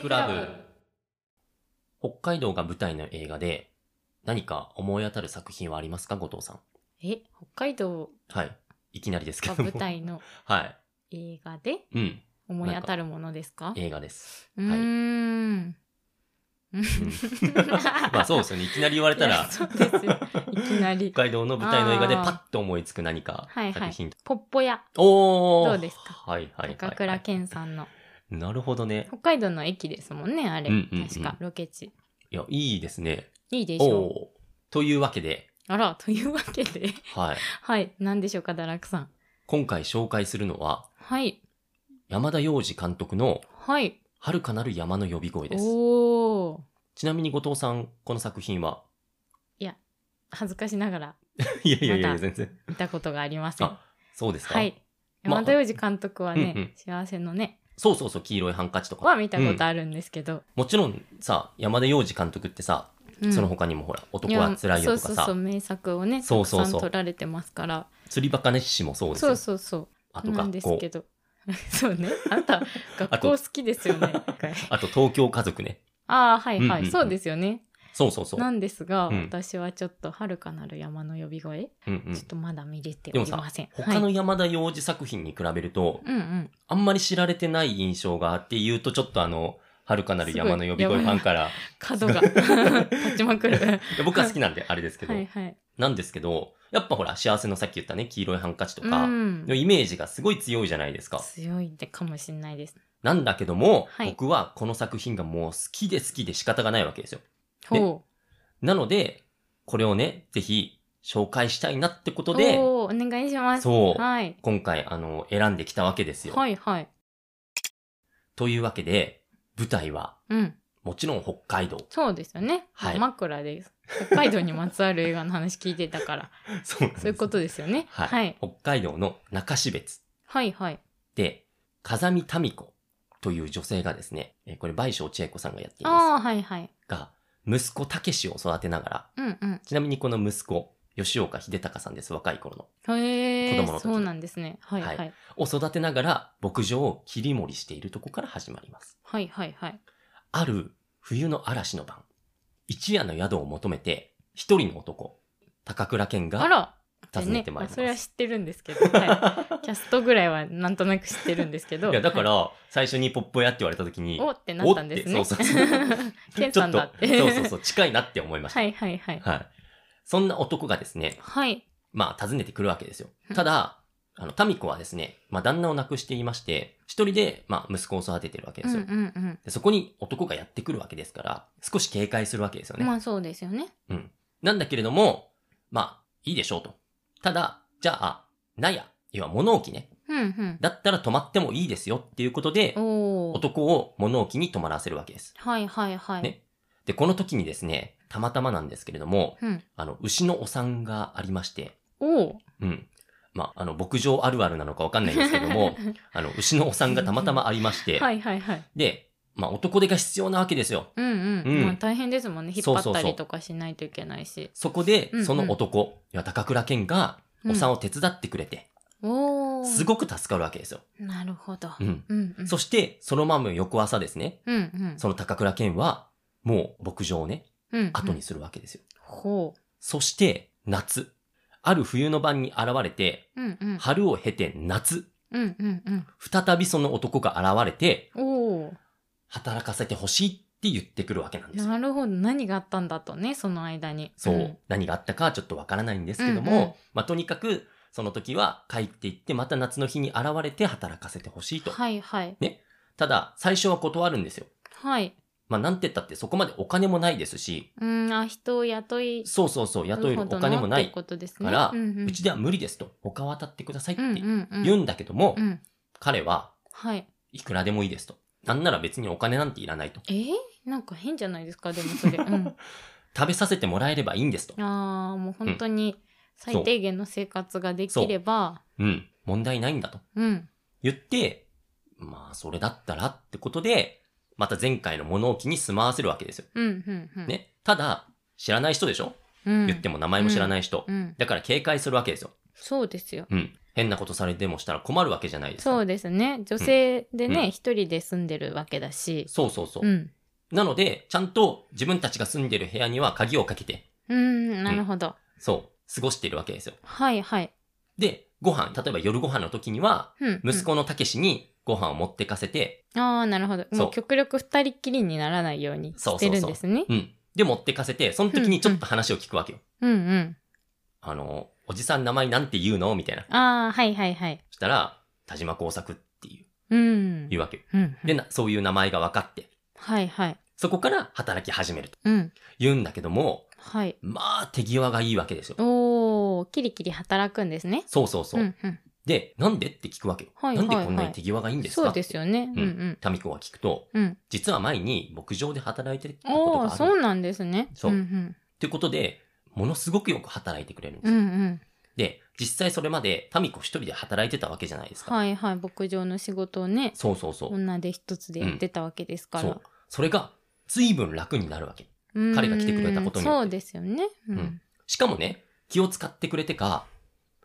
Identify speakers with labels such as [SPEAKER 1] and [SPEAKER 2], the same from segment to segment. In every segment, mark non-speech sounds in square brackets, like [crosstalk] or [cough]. [SPEAKER 1] クラブ。北海道が舞台の映画で、何か思い当たる作品はありますか、後藤さん。
[SPEAKER 2] え、北海道
[SPEAKER 1] はい。いきなりですけ
[SPEAKER 2] が
[SPEAKER 1] ども。
[SPEAKER 2] 舞台の
[SPEAKER 1] [laughs] はい。
[SPEAKER 2] 映画で
[SPEAKER 1] うん。
[SPEAKER 2] 思い当たるものですか
[SPEAKER 1] 映画です。
[SPEAKER 2] う
[SPEAKER 1] はい。
[SPEAKER 2] ーん。
[SPEAKER 1] [laughs] まあそうですよね。いきなり言われた
[SPEAKER 2] い
[SPEAKER 1] ら
[SPEAKER 2] や、そうですよ。いきなり。
[SPEAKER 1] 北海道の舞台の映画で
[SPEAKER 2] あー
[SPEAKER 1] パッと思いつく何か
[SPEAKER 2] はいはい
[SPEAKER 1] 作品。
[SPEAKER 2] ポッポ屋、
[SPEAKER 1] おー
[SPEAKER 2] どうですか
[SPEAKER 1] はいはいはい、はい。
[SPEAKER 2] 高倉健さんの。
[SPEAKER 1] なるほどね。
[SPEAKER 2] 北海道の駅ですもんね、あれ。
[SPEAKER 1] うんうんうん
[SPEAKER 2] 確か、ロケ地。
[SPEAKER 1] いや、いいですね。
[SPEAKER 2] いいでし
[SPEAKER 1] お
[SPEAKER 2] ょう。
[SPEAKER 1] おー。というわけで、
[SPEAKER 2] あら、というわけで。 [laughs]
[SPEAKER 1] はい。
[SPEAKER 2] はい、何でしょうか、堕落さん。
[SPEAKER 1] 今回紹介するのは、
[SPEAKER 2] はい、
[SPEAKER 1] 山田洋次監督の
[SPEAKER 2] はい。
[SPEAKER 1] 遥かなる山の呼び声です。
[SPEAKER 2] おー。
[SPEAKER 1] ちなみに後藤さん、この作品は
[SPEAKER 2] 恥ずかしながら
[SPEAKER 1] [laughs] いやいやいやい
[SPEAKER 2] ま
[SPEAKER 1] や、
[SPEAKER 2] だ
[SPEAKER 1] 全然。
[SPEAKER 2] 見たことがありません。
[SPEAKER 1] あそうですか、
[SPEAKER 2] はい。
[SPEAKER 1] まあ
[SPEAKER 2] 山田洋次監督はね、
[SPEAKER 1] うんうん
[SPEAKER 2] 幸せのね、
[SPEAKER 1] そうそうそう、黄色いハンカチとか。
[SPEAKER 2] は見たことあるんですけど。
[SPEAKER 1] もちろんさ、山田洋次監督ってさ、
[SPEAKER 2] うん
[SPEAKER 1] その他にもほら、
[SPEAKER 2] い
[SPEAKER 1] 男
[SPEAKER 2] や
[SPEAKER 1] は辛いよと
[SPEAKER 2] そ
[SPEAKER 1] か
[SPEAKER 2] うそうそ
[SPEAKER 1] さ、
[SPEAKER 2] う、名作をね、
[SPEAKER 1] そうそうそう
[SPEAKER 2] たくさん撮られてますから。
[SPEAKER 1] 釣りバカネッシもそうです
[SPEAKER 2] そ
[SPEAKER 1] よ。
[SPEAKER 2] うそうそう。
[SPEAKER 1] あと
[SPEAKER 2] なん
[SPEAKER 1] 学
[SPEAKER 2] です
[SPEAKER 1] 校
[SPEAKER 2] け。ど。 [laughs] そうね。あんた、学校好きです
[SPEAKER 1] [laughs]
[SPEAKER 2] よね。
[SPEAKER 1] あと東京家族ね。
[SPEAKER 2] ああ、はいはい、
[SPEAKER 1] うんうんうん
[SPEAKER 2] そうですよね。
[SPEAKER 1] そうそうそう。
[SPEAKER 2] なんですが、
[SPEAKER 1] うん
[SPEAKER 2] 私はちょっと、遥かなる山の呼び声、
[SPEAKER 1] うんう
[SPEAKER 2] ちょっ
[SPEAKER 1] ん、
[SPEAKER 2] とまだ見れておりません。
[SPEAKER 1] 他の
[SPEAKER 2] はい、
[SPEAKER 1] 山田洋次作品に比べると、
[SPEAKER 2] うんうん。
[SPEAKER 1] あんまり知られてない印象があって言うと、ちょっとあの、遥かなる山の呼び
[SPEAKER 2] すご
[SPEAKER 1] 声
[SPEAKER 2] い
[SPEAKER 1] ファンから、
[SPEAKER 2] 角
[SPEAKER 1] [laughs]
[SPEAKER 2] が立ちまくる。
[SPEAKER 1] いや [laughs] 僕は好きなんであれですけど、
[SPEAKER 2] はいはい。
[SPEAKER 1] なんですけど、やっぱほら、幸せのさっき言ったね、黄色いハンカチとか
[SPEAKER 2] う、ん
[SPEAKER 1] のイメージがすごい強いじゃないですか。
[SPEAKER 2] 強いでかもしれないです。
[SPEAKER 1] なんだけども、
[SPEAKER 2] はい
[SPEAKER 1] 僕はこの作品がもう好きで好きで仕方がないわけですよ。で
[SPEAKER 2] ほ
[SPEAKER 1] なので、これをね、ぜひ紹介したいなってこ
[SPEAKER 2] う。
[SPEAKER 1] とで、
[SPEAKER 2] おお願いします。
[SPEAKER 1] そう
[SPEAKER 2] はい。
[SPEAKER 1] 今回あの、選んできたわけですよ。
[SPEAKER 2] はいはい。
[SPEAKER 1] というわけで、舞台は
[SPEAKER 2] うん。
[SPEAKER 1] もちろん北海道。
[SPEAKER 2] そうですよね。
[SPEAKER 1] はい
[SPEAKER 2] 枕です。北海道にまつわる映画の話聞いてた
[SPEAKER 1] [laughs]
[SPEAKER 2] から、
[SPEAKER 1] そうなんです
[SPEAKER 2] そういうことですよね。
[SPEAKER 1] はい。
[SPEAKER 2] はい。
[SPEAKER 1] 北海道の中標津
[SPEAKER 2] はいはい。
[SPEAKER 1] で、風見民子という女性がですね、えーこれ、倍賞千恵子さんがやっています。
[SPEAKER 2] ああ、はいはい。
[SPEAKER 1] が、息子たけしを育てながら、
[SPEAKER 2] うん
[SPEAKER 1] ちなみにこの息子、吉岡秀隆さんです、若い頃の。
[SPEAKER 2] うん。へ
[SPEAKER 1] 子供の
[SPEAKER 2] え、
[SPEAKER 1] 時
[SPEAKER 2] そうなんですね。はいは。
[SPEAKER 1] はいを育てながら、牧場を切り盛りしているとこから始まります。
[SPEAKER 2] はいはいはい。
[SPEAKER 1] ある冬の嵐の晩、一夜の宿を求めて、一人の男、高倉健
[SPEAKER 2] あ
[SPEAKER 1] が
[SPEAKER 2] ら
[SPEAKER 1] 訪ねてまいりま
[SPEAKER 2] ね
[SPEAKER 1] す。
[SPEAKER 2] それは知ってるんですけど、はい、キャストぐらいはなんとなく知ってるんですけ
[SPEAKER 1] [laughs]
[SPEAKER 2] ど。
[SPEAKER 1] いや、だか
[SPEAKER 2] は
[SPEAKER 1] ら、最初にポッポやって言われた時に
[SPEAKER 2] い、おってなったんです
[SPEAKER 1] お
[SPEAKER 2] ね。
[SPEAKER 1] ってそうそうそう
[SPEAKER 2] [laughs] ケンさんだって。
[SPEAKER 1] ちょっとそうそうそう、近いなって思いました。
[SPEAKER 2] はいはいはい。
[SPEAKER 1] はい。そんな男がですね、
[SPEAKER 2] はい。
[SPEAKER 1] まあ、訪ねてくるわけですよ。ただ、あの、タミコはですね、まあ、旦那を亡くしていまして、一人で、まあ、息子を育ててるわけで
[SPEAKER 2] うん
[SPEAKER 1] す
[SPEAKER 2] う
[SPEAKER 1] よ。
[SPEAKER 2] んうん。
[SPEAKER 1] でそこに男がやってくるわけですから、少し警戒するわけですよね。
[SPEAKER 2] まあそうですよね。
[SPEAKER 1] なんだけれども、まあ、いいでしょうと。ただ、じゃあ、納屋、要は物置ね。
[SPEAKER 2] うん
[SPEAKER 1] だったら泊まってもいいですよっていうことで
[SPEAKER 2] うん。、おお。
[SPEAKER 1] 男を物置に泊まらせるわけです。
[SPEAKER 2] はいはいはい。
[SPEAKER 1] ねで、この時にですね、たまたまなんですけれども、
[SPEAKER 2] うん。
[SPEAKER 1] あの、牛のお産がありまして、
[SPEAKER 2] おお。
[SPEAKER 1] うん。まあ、あの、牧場あるあるなのかわかんないんですけど
[SPEAKER 2] [laughs]
[SPEAKER 1] も、あの、牛のお産がたまたまありまして、
[SPEAKER 2] はいはいはい。
[SPEAKER 1] で、まあ、男手が必要なわけですよ。
[SPEAKER 2] うんうん。
[SPEAKER 1] うん
[SPEAKER 2] まあ大変ですもんね。引っ
[SPEAKER 1] そう
[SPEAKER 2] 張
[SPEAKER 1] そう
[SPEAKER 2] っ
[SPEAKER 1] そう
[SPEAKER 2] たりとかしないといけないし。
[SPEAKER 1] そこで
[SPEAKER 2] うんう、ん
[SPEAKER 1] その男、いや高倉健が、お産を手伝ってくれて、
[SPEAKER 2] おお。
[SPEAKER 1] すごく助かるわけですよ。
[SPEAKER 2] なるほど。
[SPEAKER 1] うん。
[SPEAKER 2] うんうん。
[SPEAKER 1] そして、そのまま翌朝ですね、
[SPEAKER 2] うんうん。
[SPEAKER 1] その高倉健は、もう牧場をね、
[SPEAKER 2] うんうん。
[SPEAKER 1] 後に。するわけですよ。
[SPEAKER 2] ほ
[SPEAKER 1] そして、夏。ある冬の晩に現れて、
[SPEAKER 2] う。うんうん。
[SPEAKER 1] 春を経て夏。
[SPEAKER 2] うんうん
[SPEAKER 1] 再びその男が現れて、
[SPEAKER 2] うん。おお。
[SPEAKER 1] 働かせてほしいって言ってくるわけなんですよ。
[SPEAKER 2] なるほど。何があったんだとね、その間に。
[SPEAKER 1] そう、
[SPEAKER 2] ん
[SPEAKER 1] 何があったかはちょっとわからないんですけども、
[SPEAKER 2] うんうん
[SPEAKER 1] まあ、とにかく、その時は帰っていって、また夏の日に現れて働かせてほしいと。
[SPEAKER 2] はいはい。
[SPEAKER 1] ただ、最初は断るんですよ。
[SPEAKER 2] はい。
[SPEAKER 1] まあ、なんて言ったってそこまでお金もないですし、
[SPEAKER 2] うん、あ、人を雇い、
[SPEAKER 1] そうそうそう、雇えるお金もな
[SPEAKER 2] って
[SPEAKER 1] い。
[SPEAKER 2] ことですね。
[SPEAKER 1] から、
[SPEAKER 2] うんうん
[SPEAKER 1] うちでは無理ですと、他は当たってくださいっ
[SPEAKER 2] うんう
[SPEAKER 1] て
[SPEAKER 2] んうん。
[SPEAKER 1] 言うんだけども、
[SPEAKER 2] うん。
[SPEAKER 1] 彼は
[SPEAKER 2] はい。
[SPEAKER 1] いくらでもいいですと。なんなら別にお金なんていらないと。
[SPEAKER 2] えーなんか変じゃないですか、でもそれ。うん。
[SPEAKER 1] 食べさせてもらえればいいんですと。
[SPEAKER 2] ああ、もう本当に最低限の生活ができれば、
[SPEAKER 1] うん、問題ないんだと
[SPEAKER 2] うん。
[SPEAKER 1] 言って、まあ、それだったらってことで、また前回の物置に住まわせるわけですよ。
[SPEAKER 2] うん、うん、うん。。
[SPEAKER 1] ね。ただ、知らない人でしょ
[SPEAKER 2] うん、
[SPEAKER 1] 言っても名前も知らない人。
[SPEAKER 2] うん。
[SPEAKER 1] だから警戒するわけですよ。
[SPEAKER 2] そうですよ。
[SPEAKER 1] うん。変なことされてもしたら困るわけじゃないですか。
[SPEAKER 2] そうですね。女性で
[SPEAKER 1] うん
[SPEAKER 2] ね、一、人で住んでるわけだし。
[SPEAKER 1] そうそうそう。
[SPEAKER 2] うん。
[SPEAKER 1] なので、ちゃんと自分たちが住んでる部屋には鍵をかけて、
[SPEAKER 2] うん、なるほど。
[SPEAKER 1] そう、過ごしてるわけですよ。
[SPEAKER 2] はいはい。
[SPEAKER 1] で、ご飯、例えば夜ご飯の時には、
[SPEAKER 2] うん。
[SPEAKER 1] 息子のたけしにご飯を持ってかせて、
[SPEAKER 2] うん。ああ、なるほど。
[SPEAKER 1] そ
[SPEAKER 2] も
[SPEAKER 1] う
[SPEAKER 2] う極力二人っきりにならないように
[SPEAKER 1] そうそう
[SPEAKER 2] し
[SPEAKER 1] そう
[SPEAKER 2] てるんですね。
[SPEAKER 1] うん。で、持ってかせて、その時にちょっと話を聞くわけよ。
[SPEAKER 2] うんうん。
[SPEAKER 1] あの、おじさん名前なんて言うのみたいな。
[SPEAKER 2] ああ、はいはいはい。
[SPEAKER 1] そしたら、田島耕作っていう
[SPEAKER 2] うん。
[SPEAKER 1] 言うわけよ。
[SPEAKER 2] うん。
[SPEAKER 1] で、なそういう名前が分かって、
[SPEAKER 2] はいはい。
[SPEAKER 1] そこから働き始めると
[SPEAKER 2] うん。
[SPEAKER 1] 言うんだけども、
[SPEAKER 2] はい。
[SPEAKER 1] まあ手際がいいわけですよ。
[SPEAKER 2] おー、キリキリ働くんですね。
[SPEAKER 1] そうそうそう。
[SPEAKER 2] んうん。
[SPEAKER 1] で、なんでって聞くわけよ。
[SPEAKER 2] はいはいは
[SPEAKER 1] な
[SPEAKER 2] い
[SPEAKER 1] んでこんなに手際がいいんですか
[SPEAKER 2] そうですよね。
[SPEAKER 1] っ
[SPEAKER 2] う
[SPEAKER 1] て
[SPEAKER 2] んう
[SPEAKER 1] うん
[SPEAKER 2] ん。
[SPEAKER 1] タミコが聞くと、
[SPEAKER 2] うん。
[SPEAKER 1] 実は前に牧場で働いてたこと
[SPEAKER 2] お
[SPEAKER 1] が
[SPEAKER 2] ー、
[SPEAKER 1] ある。
[SPEAKER 2] そうなんですね。
[SPEAKER 1] そうん
[SPEAKER 2] うん。
[SPEAKER 1] ということで、ものすごくよく働いてくれるんです
[SPEAKER 2] う
[SPEAKER 1] よ。
[SPEAKER 2] んうん。
[SPEAKER 1] で、実際それまでタミコ一人で働いてたわけじゃないですか。
[SPEAKER 2] はいはい。牧場の仕事をね、
[SPEAKER 1] そうそうそう。
[SPEAKER 2] 女で一つでやってたわけですか
[SPEAKER 1] そ
[SPEAKER 2] ら
[SPEAKER 1] う。。それが随分楽になるわけ。
[SPEAKER 2] うん
[SPEAKER 1] 彼が来てくれたことによって
[SPEAKER 2] そうですよね。う
[SPEAKER 1] うんん。しかもね、気を使ってくれてか、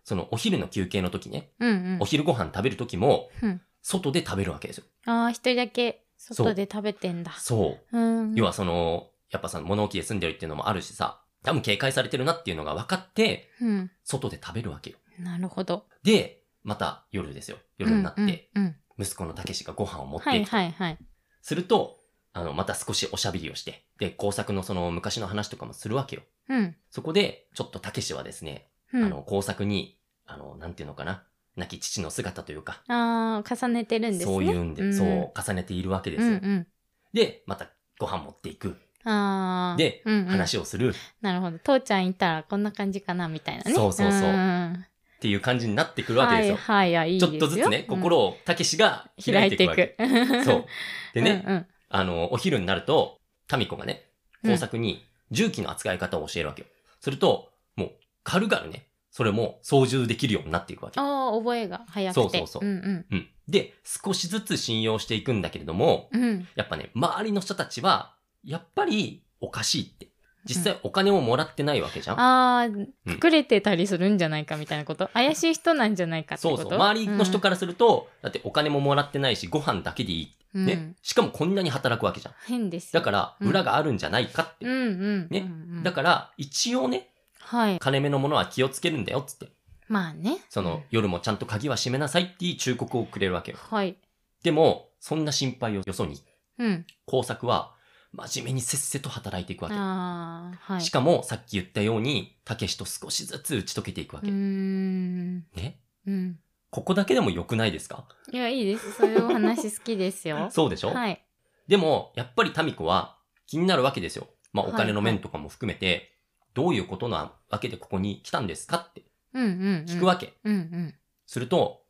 [SPEAKER 1] そのお昼の休憩の時ね、
[SPEAKER 2] うんうん
[SPEAKER 1] お。昼ご飯食べる時も
[SPEAKER 2] うん、
[SPEAKER 1] 外で食べるわけですよ。
[SPEAKER 2] ああ、一人だけ
[SPEAKER 1] そう
[SPEAKER 2] 外で食べてんだ。
[SPEAKER 1] そう。
[SPEAKER 2] うん。
[SPEAKER 1] 要はその、やっぱさ、物置で住んでるっていうのもあるしさ、多分警戒されてるなっていうのが分かって、
[SPEAKER 2] うん。
[SPEAKER 1] 外で食べるわけよ。
[SPEAKER 2] なるほど。
[SPEAKER 1] で、また夜ですよ。夜になって、
[SPEAKER 2] うんうんうん。
[SPEAKER 1] 息子のたけしがご飯を持って
[SPEAKER 2] はい
[SPEAKER 1] く
[SPEAKER 2] いはいはい。
[SPEAKER 1] すると、あの、また少しおしゃべりをして、で、工作のその昔の話とかもするわけよ。
[SPEAKER 2] うん。
[SPEAKER 1] そこで、ちょっとたけしはですね、
[SPEAKER 2] うん
[SPEAKER 1] あの、工作に、あの、なんていうのかな、亡き父の姿というか、
[SPEAKER 2] ああ、重ねてるんですね。
[SPEAKER 1] そういうんで、
[SPEAKER 2] ん
[SPEAKER 1] そう、重ねているわけですよ。
[SPEAKER 2] うん
[SPEAKER 1] で、またご飯持っていく、
[SPEAKER 2] うん。ああ。
[SPEAKER 1] で
[SPEAKER 2] うんうん、
[SPEAKER 1] 話をするっ
[SPEAKER 2] なるほど。父ちゃんいたらこんな感じかな、みたいなね。
[SPEAKER 1] そうそうそうん
[SPEAKER 2] ん
[SPEAKER 1] ていう感じになってく
[SPEAKER 2] うん
[SPEAKER 1] るわけですよ。
[SPEAKER 2] はいはい、いやいい
[SPEAKER 1] ち
[SPEAKER 2] で
[SPEAKER 1] ょっ
[SPEAKER 2] すよ。
[SPEAKER 1] とずつね、
[SPEAKER 2] うん
[SPEAKER 1] 心をたけしが開
[SPEAKER 2] 開
[SPEAKER 1] い
[SPEAKER 2] い
[SPEAKER 1] て
[SPEAKER 2] て
[SPEAKER 1] い
[SPEAKER 2] い
[SPEAKER 1] くわけ。
[SPEAKER 2] く。
[SPEAKER 1] そう。でね、
[SPEAKER 2] うんうん。
[SPEAKER 1] あの、お昼になると、タミコがね、
[SPEAKER 2] うん
[SPEAKER 1] 工作に重機の扱い方を教えるわけよ。すると、もう、軽々ね、それも操縦できるようになっていくわけ。
[SPEAKER 2] ああ、覚えが早くて。
[SPEAKER 1] そうそうそう
[SPEAKER 2] うん
[SPEAKER 1] うん。で、少しずつ信用していくんだけれども、
[SPEAKER 2] うん。うん。
[SPEAKER 1] やっぱね、周りの人たちは、やっぱりおかしいって。実際お金をもらってないわけじゃん。
[SPEAKER 2] ああ、隠れてたりするんじゃないかみたいなこと。怪しい人なんじゃないかって
[SPEAKER 1] そ
[SPEAKER 2] こ
[SPEAKER 1] う
[SPEAKER 2] と
[SPEAKER 1] そう。周りの人
[SPEAKER 2] か
[SPEAKER 1] からすると、だってお金ももらってないし、ご飯だけでいい。
[SPEAKER 2] ら
[SPEAKER 1] ね。しかもこんなに働くわけじゃん。
[SPEAKER 2] 変ですよ。
[SPEAKER 1] だから、
[SPEAKER 2] うん
[SPEAKER 1] 裏があるんじゃないかって。
[SPEAKER 2] うんうん。
[SPEAKER 1] ね
[SPEAKER 2] うんうん
[SPEAKER 1] だから、一応ね、
[SPEAKER 2] はい。
[SPEAKER 1] 金目のものは気をつけるんだよ、っつって。
[SPEAKER 2] まあね。
[SPEAKER 1] その、夜もちゃんと鍵は閉めなさいっていう忠告をくれるわけよ。
[SPEAKER 2] はい。
[SPEAKER 1] でも、そんな心配をよそに、
[SPEAKER 2] うん。
[SPEAKER 1] 工作は、真面目にせっせと働いていくわ
[SPEAKER 2] ああ、は
[SPEAKER 1] け。
[SPEAKER 2] い。
[SPEAKER 1] しかも、さっき言ったように、たけしと少しずつ打ち解けていくわ
[SPEAKER 2] う
[SPEAKER 1] け。
[SPEAKER 2] ーん。
[SPEAKER 1] ね。
[SPEAKER 2] うん。
[SPEAKER 1] ここだけでも良くないですか
[SPEAKER 2] いや、いいです。そういうお話好きですよ
[SPEAKER 1] [laughs] 。そうでしょ、
[SPEAKER 2] はい。
[SPEAKER 1] でも、やっぱりタミコは気になるわけですよ。まあ、お
[SPEAKER 2] はい
[SPEAKER 1] 金の面とかも含めて、どういうことなわけでここに来たんですかって
[SPEAKER 2] うんうん。
[SPEAKER 1] 聞くわけ。
[SPEAKER 2] け。うんうん。
[SPEAKER 1] すると、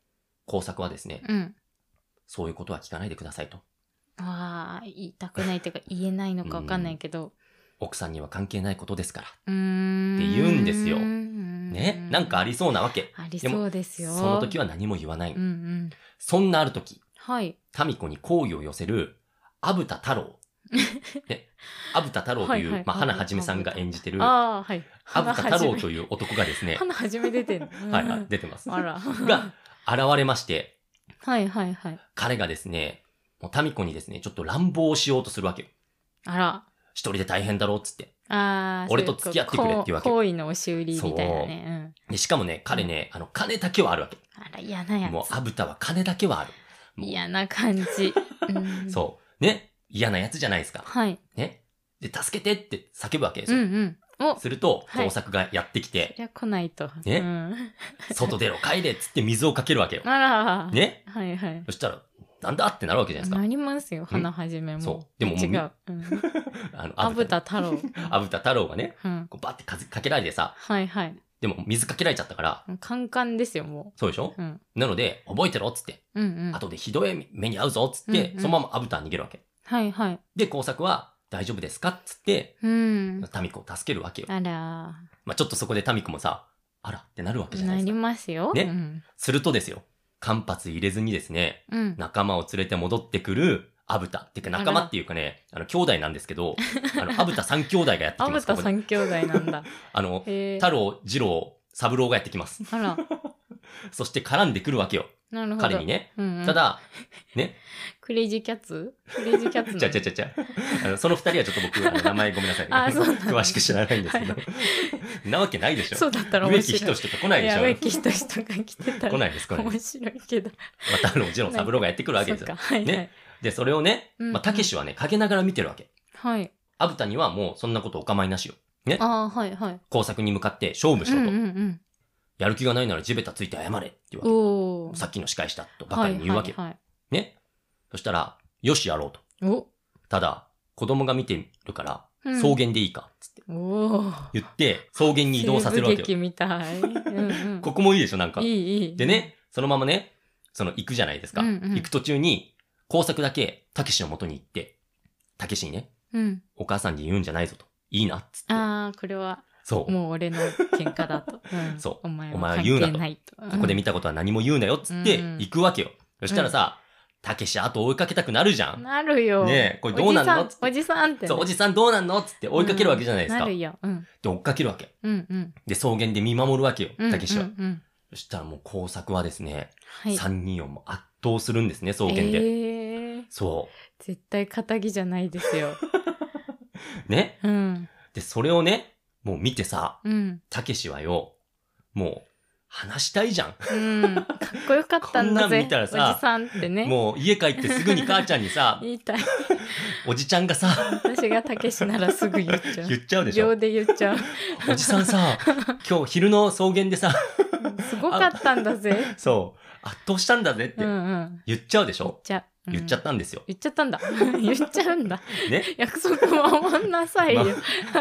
[SPEAKER 1] 工作はですね、
[SPEAKER 2] うん。
[SPEAKER 1] そういうことは聞かないでくださいと。
[SPEAKER 2] ああ、言いたくないというか言えないのかわかんないけど。
[SPEAKER 1] 奥さんには関係ないことですから。
[SPEAKER 2] うーん。
[SPEAKER 1] って言うんですよね
[SPEAKER 2] ね。
[SPEAKER 1] なんかありそうなわけ。
[SPEAKER 2] ありそうです
[SPEAKER 1] そ
[SPEAKER 2] よ。
[SPEAKER 1] の時は何も言わない。
[SPEAKER 2] うんうん。
[SPEAKER 1] そんなある時、
[SPEAKER 2] はい。
[SPEAKER 1] タミコに好意を寄せる、アブタ太
[SPEAKER 2] [laughs]
[SPEAKER 1] 郎。ね。アブタ太郎とい
[SPEAKER 2] は
[SPEAKER 1] う、
[SPEAKER 2] いはい
[SPEAKER 1] まあ、花はじめさんが演じてる、ア
[SPEAKER 2] ああ、はい。
[SPEAKER 1] ブタ太郎と
[SPEAKER 2] い
[SPEAKER 1] いう男がですね、
[SPEAKER 2] 花初め出てる。うん
[SPEAKER 1] はいはい、出てます。
[SPEAKER 2] あら。
[SPEAKER 1] が、現れまして、
[SPEAKER 2] はいはいはい。
[SPEAKER 1] 彼がですね、もうタミコにですね、ちょっと乱暴をしようとするわけよ。
[SPEAKER 2] あら。
[SPEAKER 1] 一人で大変だろうっつって。
[SPEAKER 2] ああ、
[SPEAKER 1] 俺と付き合ってくれっていうわけ
[SPEAKER 2] 好意の押し売りみたいなね。
[SPEAKER 1] で、しかもね、彼ね、あの、金だけはあるわけ。
[SPEAKER 2] うん、あら、嫌なや
[SPEAKER 1] もう、
[SPEAKER 2] つ。
[SPEAKER 1] アブタは金だけはある。もう
[SPEAKER 2] 嫌な
[SPEAKER 1] [laughs]
[SPEAKER 2] 感じ。うん、
[SPEAKER 1] そう。ね。嫌なやつじゃないですか。
[SPEAKER 2] はい。
[SPEAKER 1] ね。で、助けてって叫ぶわけです
[SPEAKER 2] うん
[SPEAKER 1] よ。
[SPEAKER 2] うん。お
[SPEAKER 1] すると、
[SPEAKER 2] はい
[SPEAKER 1] 工作がやってき
[SPEAKER 2] [laughs]
[SPEAKER 1] て、
[SPEAKER 2] じゃ来ないと。
[SPEAKER 1] ね
[SPEAKER 2] うん、
[SPEAKER 1] 外出ろ、帰れっつって水をかけるわけよ。
[SPEAKER 2] あら。。
[SPEAKER 1] ね。
[SPEAKER 2] はいはい。
[SPEAKER 1] そしたら、なんだってなるわけじゃない
[SPEAKER 2] な
[SPEAKER 1] で
[SPEAKER 2] りますよ、花はじめも。
[SPEAKER 1] そうでももう
[SPEAKER 2] 違う。うん、
[SPEAKER 1] すか。あの、
[SPEAKER 2] アブ
[SPEAKER 1] タ
[SPEAKER 2] タ太郎。
[SPEAKER 1] アブタ太郎がね、
[SPEAKER 2] うん。
[SPEAKER 1] こうバってかかけられてさ、
[SPEAKER 2] はいはい。
[SPEAKER 1] でも水かけられちゃったから、
[SPEAKER 2] もうカンカンですよ、も
[SPEAKER 1] そうでしょ
[SPEAKER 2] う。うん。
[SPEAKER 1] なので、覚えてろっつって、
[SPEAKER 2] うんうん。
[SPEAKER 1] 後でひどい目に遭うぞっつって
[SPEAKER 2] う、んうん
[SPEAKER 1] そのままアブタは逃げるわけ。
[SPEAKER 2] はいはい。
[SPEAKER 1] で、工作は、大丈夫ですかっつって、
[SPEAKER 2] うん。
[SPEAKER 1] タミコを助けるわけよ。
[SPEAKER 2] あら。
[SPEAKER 1] まあちょっとそこでタミコもさ、あらってなるわけじゃない
[SPEAKER 2] な
[SPEAKER 1] です
[SPEAKER 2] り
[SPEAKER 1] か。
[SPEAKER 2] ますよ。
[SPEAKER 1] ね
[SPEAKER 2] うん。
[SPEAKER 1] するとですよ、間髪入れずにですね、
[SPEAKER 2] うん。
[SPEAKER 1] 仲間を連れて戻ってくるアブタ。っていうか仲間っていうかね、あの、兄弟なんですけど、あの、アブタ三兄弟がやって
[SPEAKER 2] [laughs] ア
[SPEAKER 1] きま
[SPEAKER 2] ブ
[SPEAKER 1] す。
[SPEAKER 2] タ
[SPEAKER 1] ここに
[SPEAKER 2] 三兄弟なんだ。
[SPEAKER 1] あの、
[SPEAKER 2] へえ。
[SPEAKER 1] 太郎、次郎、三郎がやってきます。
[SPEAKER 2] あら。
[SPEAKER 1] そして絡んでくるわけよ。
[SPEAKER 2] なるほど。
[SPEAKER 1] 彼にね。
[SPEAKER 2] うんうん
[SPEAKER 1] た、だ、
[SPEAKER 2] クレイジーキャッツクレイジーキャッツ
[SPEAKER 1] [laughs]
[SPEAKER 2] の
[SPEAKER 1] ちゃちゃちゃちゃ。あのその二人はちょっと僕、あの名前ごめんなさい。
[SPEAKER 2] あそうなんだ
[SPEAKER 1] [laughs] 詳しく知らないんですけど。
[SPEAKER 2] は
[SPEAKER 1] なわけないでしょ。
[SPEAKER 2] そうだったら面
[SPEAKER 1] 植木
[SPEAKER 2] 白い。
[SPEAKER 1] 仁とか来ないでし
[SPEAKER 2] や
[SPEAKER 1] ょ。
[SPEAKER 2] 植木仁とか来てた
[SPEAKER 1] 来
[SPEAKER 2] ら
[SPEAKER 1] ないです、来ないです。
[SPEAKER 2] 面白いけど。
[SPEAKER 1] また、あの、もちろん三郎がやってくるわけです
[SPEAKER 2] そう
[SPEAKER 1] よ
[SPEAKER 2] か。。はいはい。
[SPEAKER 1] ねで、それをね、
[SPEAKER 2] うんうん
[SPEAKER 1] まあ、たけしはね、陰ながら見てるわけ。
[SPEAKER 2] はい。
[SPEAKER 1] アブタにはもうそんなことお構いなしよ。
[SPEAKER 2] ああ、はいはい。
[SPEAKER 1] 工作に向かって勝負しろと。
[SPEAKER 2] うんうんうん。
[SPEAKER 1] やる気がないなら地べたついて謝れっていうわ
[SPEAKER 2] おお
[SPEAKER 1] け。。さっきの仕返しだとばかりに言うわけよ。
[SPEAKER 2] はいはい
[SPEAKER 1] ね。そしたら、よしやろうと。
[SPEAKER 2] はい、お、
[SPEAKER 1] ただ、子供が見てるから、
[SPEAKER 2] うん
[SPEAKER 1] 草原でいいか、つって。
[SPEAKER 2] おお。
[SPEAKER 1] 言って、草原に移動させるわ
[SPEAKER 2] 西部
[SPEAKER 1] けよ。
[SPEAKER 2] 劇みたい。うんうん、
[SPEAKER 1] ここもいいでしょ、なんか。
[SPEAKER 2] いいいい。
[SPEAKER 1] でね、そのままね、その行くじゃないですか。
[SPEAKER 2] うんうん
[SPEAKER 1] 行く途中に、工作だけ、たけしの元に行って、たけしにね、
[SPEAKER 2] うん。
[SPEAKER 1] お母さんに言うんじゃないぞと。いいな、つって。
[SPEAKER 2] ああ、これは
[SPEAKER 1] そう。
[SPEAKER 2] もう俺の喧嘩だと。うん、
[SPEAKER 1] そう
[SPEAKER 2] お前
[SPEAKER 1] お
[SPEAKER 2] は
[SPEAKER 1] 前は
[SPEAKER 2] 関
[SPEAKER 1] 言うな
[SPEAKER 2] 係
[SPEAKER 1] と
[SPEAKER 2] ないと。
[SPEAKER 1] ここで見たことは何も言うなよ、つって、
[SPEAKER 2] うん
[SPEAKER 1] 行くわけよ。そしたらさ、たけし後追いかけたくなるじゃ
[SPEAKER 2] うん
[SPEAKER 1] ん。
[SPEAKER 2] なるよ。
[SPEAKER 1] ねえこれどうなんの
[SPEAKER 2] おじさんおじさんってね、
[SPEAKER 1] そう、おじさんどうなんのつって追いかけるわけじゃないですか。
[SPEAKER 2] うんなるよ。うん。
[SPEAKER 1] で、追っかけるわけ。
[SPEAKER 2] うんうん。
[SPEAKER 1] で、草原で見守るわけよ
[SPEAKER 2] うんう、ん
[SPEAKER 1] たけしは。
[SPEAKER 2] うんうん
[SPEAKER 1] そしたらもう工作はですね、
[SPEAKER 2] はい。
[SPEAKER 1] 三人をもう圧倒するんですね、草原
[SPEAKER 2] え
[SPEAKER 1] で。
[SPEAKER 2] ー
[SPEAKER 1] そ
[SPEAKER 2] 絶対仇じゃないですよ。
[SPEAKER 1] う。ね。
[SPEAKER 2] うん。
[SPEAKER 1] で、それをね、もう見てさ、
[SPEAKER 2] うん。
[SPEAKER 1] たけしはよ、もう、話したいじゃん。
[SPEAKER 2] うん。かっこよかったんだ
[SPEAKER 1] こんな
[SPEAKER 2] ぜ。
[SPEAKER 1] ん見たらさ
[SPEAKER 2] おじさんってね。
[SPEAKER 1] もう家帰ってすぐに母ちゃんに
[SPEAKER 2] [laughs]
[SPEAKER 1] さ、
[SPEAKER 2] 言いたい。
[SPEAKER 1] おじちゃんがさ、
[SPEAKER 2] 私がたけしならすぐ言っちゃう。
[SPEAKER 1] 言っちゃうでし
[SPEAKER 2] 秒
[SPEAKER 1] ょ。
[SPEAKER 2] で言っちゃう。
[SPEAKER 1] おじさんさ、今日昼の草原でさ、
[SPEAKER 2] すごかったんだぜ。
[SPEAKER 1] そう、圧倒したんだぜって
[SPEAKER 2] うんうん。
[SPEAKER 1] 言っちゃうでし
[SPEAKER 2] 言っ
[SPEAKER 1] ょ。
[SPEAKER 2] ちゃう。うん
[SPEAKER 1] 言っちゃっ。たんですよ。
[SPEAKER 2] 言っちゃったんだ。 [laughs] 言っちゃうんだ。
[SPEAKER 1] ね。
[SPEAKER 2] 約束守んなさいよ。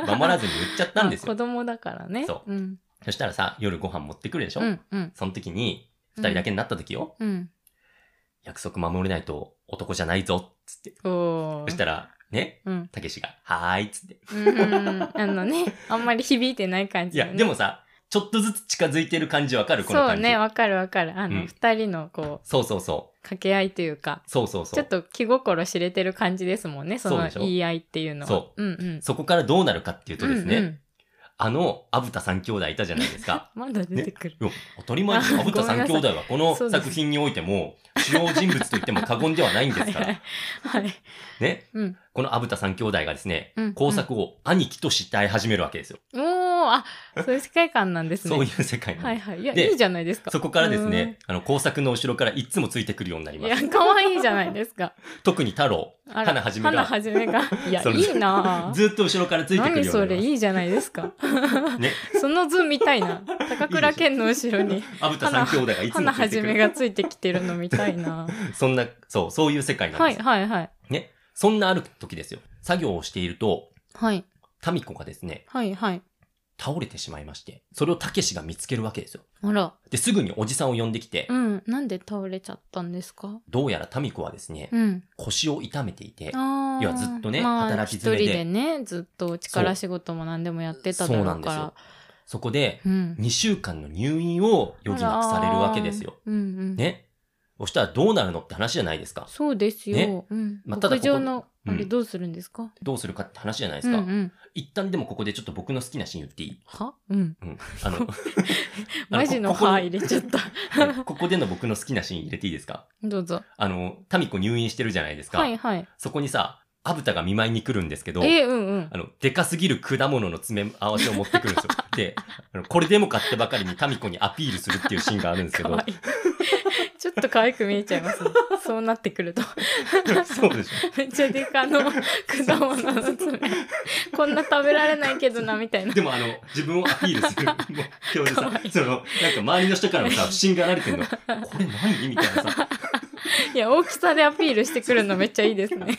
[SPEAKER 1] ま守らずに言っちゃったんです
[SPEAKER 2] [laughs] まあ
[SPEAKER 1] よ
[SPEAKER 2] 子。供だからね。
[SPEAKER 1] そう
[SPEAKER 2] うん。
[SPEAKER 1] そしたらさ、夜ご飯持ってくるでしょ。
[SPEAKER 2] うんうん。
[SPEAKER 1] その時に、二人だけになった時よ、
[SPEAKER 2] うん。
[SPEAKER 1] 約束守れないと男じゃないぞ、つって。
[SPEAKER 2] お
[SPEAKER 1] そした
[SPEAKER 2] ら。
[SPEAKER 1] ら、ね、
[SPEAKER 2] うん。
[SPEAKER 1] たけしが、はーい、つって。
[SPEAKER 2] うん。あのね、あんまり響いてない感
[SPEAKER 1] い
[SPEAKER 2] じだ
[SPEAKER 1] や、
[SPEAKER 2] ね。
[SPEAKER 1] でもさ、ちょっとずつ近づいてる感じわかるこの
[SPEAKER 2] そう
[SPEAKER 1] 感じ。
[SPEAKER 2] ね、わかるわかる。あ
[SPEAKER 1] う
[SPEAKER 2] の、
[SPEAKER 1] ん
[SPEAKER 2] 二人のこう、
[SPEAKER 1] そうそうそう。
[SPEAKER 2] 掛け合いというか、
[SPEAKER 1] そうそうそう。
[SPEAKER 2] ちょっと気心知れてる感じですもんね、そ
[SPEAKER 1] そう
[SPEAKER 2] の
[SPEAKER 1] でしょ
[SPEAKER 2] 言い合いっていうのは。。
[SPEAKER 1] そう
[SPEAKER 2] うんうん。
[SPEAKER 1] そこからどうなるかっていうとですね、
[SPEAKER 2] うんうん。
[SPEAKER 1] あの、アブタ三兄弟いたじゃないですか
[SPEAKER 2] [laughs] まだ出てくる。
[SPEAKER 1] いや当たり前ですよ。
[SPEAKER 2] あ
[SPEAKER 1] アブタ三兄弟はこの
[SPEAKER 2] そうです
[SPEAKER 1] 作品においても、主要人物と言っても過言ではないんですから。
[SPEAKER 2] [laughs] はいはい。はい。
[SPEAKER 1] ね。
[SPEAKER 2] うん。
[SPEAKER 1] このアブタ三兄弟がですね、
[SPEAKER 2] うん
[SPEAKER 1] 工作を兄貴と慕い始めるわけですよ。
[SPEAKER 2] おー、あ、そういう世界観なんですね。
[SPEAKER 1] そういう世界なんで
[SPEAKER 2] はいはい。いや、
[SPEAKER 1] で
[SPEAKER 2] いいじゃないですか。
[SPEAKER 1] そこからです
[SPEAKER 2] うん
[SPEAKER 1] ね、あの、工作の後ろからいつもついてくるようになり
[SPEAKER 2] い
[SPEAKER 1] ます。
[SPEAKER 2] や、可愛いじゃないですか。
[SPEAKER 1] 特に太郎、
[SPEAKER 2] あら
[SPEAKER 1] 花はじめが
[SPEAKER 2] 花はじめが。い
[SPEAKER 1] [laughs]
[SPEAKER 2] や、
[SPEAKER 1] それ
[SPEAKER 2] いいなぁ
[SPEAKER 1] ずっと後ろからついてくる
[SPEAKER 2] 何
[SPEAKER 1] よう
[SPEAKER 2] そ
[SPEAKER 1] にな
[SPEAKER 2] れ、
[SPEAKER 1] り
[SPEAKER 2] いいじゃないですか。
[SPEAKER 1] ます。 [laughs] ね。
[SPEAKER 2] その図みたいな。高倉健の後ろに、
[SPEAKER 1] アブタ三兄弟がいつも
[SPEAKER 2] 花
[SPEAKER 1] ついて
[SPEAKER 2] はじ
[SPEAKER 1] く
[SPEAKER 2] め
[SPEAKER 1] る。
[SPEAKER 2] がついてきてるのみたいな。
[SPEAKER 1] そ [laughs] んな、そう、そういう世界なん
[SPEAKER 2] は
[SPEAKER 1] で
[SPEAKER 2] い
[SPEAKER 1] す。
[SPEAKER 2] はいはい。
[SPEAKER 1] そんなある時ですよ。作業をしていると、
[SPEAKER 2] はい
[SPEAKER 1] タミコがですね、
[SPEAKER 2] はいはい。
[SPEAKER 1] 倒れてしまいまして、それをたけしが見つけるわけですよ。
[SPEAKER 2] あら、
[SPEAKER 1] で、すぐにおじさんを呼んできて
[SPEAKER 2] う、ん。なんで倒れちゃったんですか
[SPEAKER 1] どうやらタミコはですね、
[SPEAKER 2] うん。
[SPEAKER 1] 腰を痛めていて、
[SPEAKER 2] あー
[SPEAKER 1] 要はずっとね
[SPEAKER 2] まあ
[SPEAKER 1] 働き詰めで
[SPEAKER 2] 一人でね、ずっと力仕事も何でもやってただ
[SPEAKER 1] そう
[SPEAKER 2] ろ
[SPEAKER 1] な
[SPEAKER 2] うん
[SPEAKER 1] ですよ
[SPEAKER 2] か。
[SPEAKER 1] そこで、
[SPEAKER 2] ら。うん。
[SPEAKER 1] 2週間の入院を余儀なくされるわけですよ。
[SPEAKER 2] うんうん。
[SPEAKER 1] ね。そしたらどうなるのって話じゃないですか。
[SPEAKER 2] そうですよ。
[SPEAKER 1] ね
[SPEAKER 2] うん。
[SPEAKER 1] まあただ
[SPEAKER 2] 牧場
[SPEAKER 1] こ
[SPEAKER 2] の、
[SPEAKER 1] こ
[SPEAKER 2] あれどうするんですか、
[SPEAKER 1] どうするかって話じゃないで
[SPEAKER 2] う
[SPEAKER 1] す
[SPEAKER 2] ん、
[SPEAKER 1] か。
[SPEAKER 2] うん。
[SPEAKER 1] 一旦でもここでちょっと僕の好きなシーン言っていい
[SPEAKER 2] はうん。 [laughs]
[SPEAKER 1] うん。あの、
[SPEAKER 2] マジの
[SPEAKER 1] ここ
[SPEAKER 2] 歯入れちゃった。 [laughs]
[SPEAKER 1] ここでの僕の好きなシーン入れていいですか
[SPEAKER 2] どうぞ。
[SPEAKER 1] あの、タミコ入院してるじゃないですか。
[SPEAKER 2] はいはい。
[SPEAKER 1] そこにさ、アブタが見舞いに来るんですけど、
[SPEAKER 2] えー、うんうん。
[SPEAKER 1] あの、でかすぎる果物の詰め合わせを持ってくるんですよ。
[SPEAKER 2] [laughs]
[SPEAKER 1] で、あのこれでもかってばかりにタミコにアピールするっていうシーンがあるんですけ
[SPEAKER 2] か
[SPEAKER 1] ど
[SPEAKER 2] わ、いい。 [laughs] ちょっと可愛く見えちゃいます、ね、
[SPEAKER 1] [laughs]
[SPEAKER 2] そうなってくると。 [laughs]
[SPEAKER 1] そうでしょ。
[SPEAKER 2] めっちゃデカの果物の [laughs] 爪。こんな食べられないけどな、みたいな。
[SPEAKER 1] でもあの、自分をアピールする。もう、で
[SPEAKER 2] [laughs] か
[SPEAKER 1] さ
[SPEAKER 2] わい、い
[SPEAKER 1] その、なんか周りの人からもさ、不信がられてるの。これ何みたいなさ、
[SPEAKER 2] いや、大きさでアピールしてくるのめっちゃいいです
[SPEAKER 1] [laughs]
[SPEAKER 2] ね。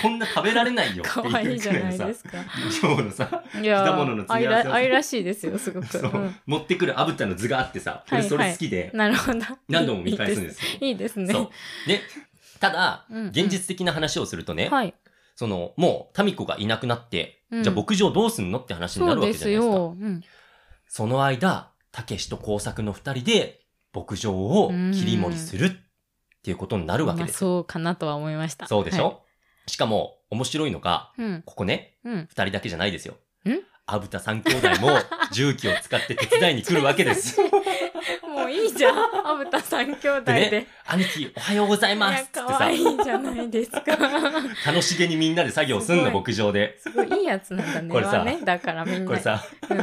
[SPEAKER 1] こんな食べられないよって
[SPEAKER 2] 可愛
[SPEAKER 1] い
[SPEAKER 2] いうじ
[SPEAKER 1] く
[SPEAKER 2] ゃ
[SPEAKER 1] らいの
[SPEAKER 2] ない
[SPEAKER 1] さ
[SPEAKER 2] で、すか。
[SPEAKER 1] 今日のさ、
[SPEAKER 2] いや
[SPEAKER 1] 果物の
[SPEAKER 2] ー、
[SPEAKER 1] 詰
[SPEAKER 2] 愛
[SPEAKER 1] め合わせ
[SPEAKER 2] ら愛らしいですよ、すごく。
[SPEAKER 1] そう
[SPEAKER 2] うん、
[SPEAKER 1] 持ってくるアブタの図があってさ、俺それ好きで、
[SPEAKER 2] なるほど。
[SPEAKER 1] 何度も見返すんですよ。
[SPEAKER 2] いいですね。
[SPEAKER 1] そう。で、ただ、
[SPEAKER 2] うんうん
[SPEAKER 1] 現実的な話をするとね、
[SPEAKER 2] はい。
[SPEAKER 1] その、もう、タミコがいなくなって、
[SPEAKER 2] うん
[SPEAKER 1] じゃあ牧場どうすんのって話に
[SPEAKER 2] そ
[SPEAKER 1] な
[SPEAKER 2] う
[SPEAKER 1] るわけ
[SPEAKER 2] で
[SPEAKER 1] じゃ
[SPEAKER 2] す
[SPEAKER 1] ないですか。そ
[SPEAKER 2] よ。うん。
[SPEAKER 1] の間、たけしと工作の二人で、牧場を切り盛りするっていうことになるわけ
[SPEAKER 2] まあ
[SPEAKER 1] ですよ。
[SPEAKER 2] そうかなとは思いました。
[SPEAKER 1] そうでしょ、
[SPEAKER 2] は
[SPEAKER 1] しかも、面白いのが、
[SPEAKER 2] いうん。
[SPEAKER 1] ここね、
[SPEAKER 2] うん。
[SPEAKER 1] 二人だけじゃないですよ
[SPEAKER 2] ん。 [laughs]
[SPEAKER 1] アブタ三兄弟も重機を使って手伝いに来るわけです。
[SPEAKER 2] もういいじゃん。アブタ三兄弟で。
[SPEAKER 1] でね、兄貴、おはようござい
[SPEAKER 2] い
[SPEAKER 1] ま
[SPEAKER 2] や
[SPEAKER 1] す、つって
[SPEAKER 2] 可愛い
[SPEAKER 1] さ、
[SPEAKER 2] じゃないですか。 [laughs]
[SPEAKER 1] 楽しげにみんなで作業すん
[SPEAKER 2] す
[SPEAKER 1] の、
[SPEAKER 2] ごい
[SPEAKER 1] 牧場で。
[SPEAKER 2] すごいいいやつなんだね。
[SPEAKER 1] これさ
[SPEAKER 2] はね、だからみんな。
[SPEAKER 1] これさ、
[SPEAKER 2] うん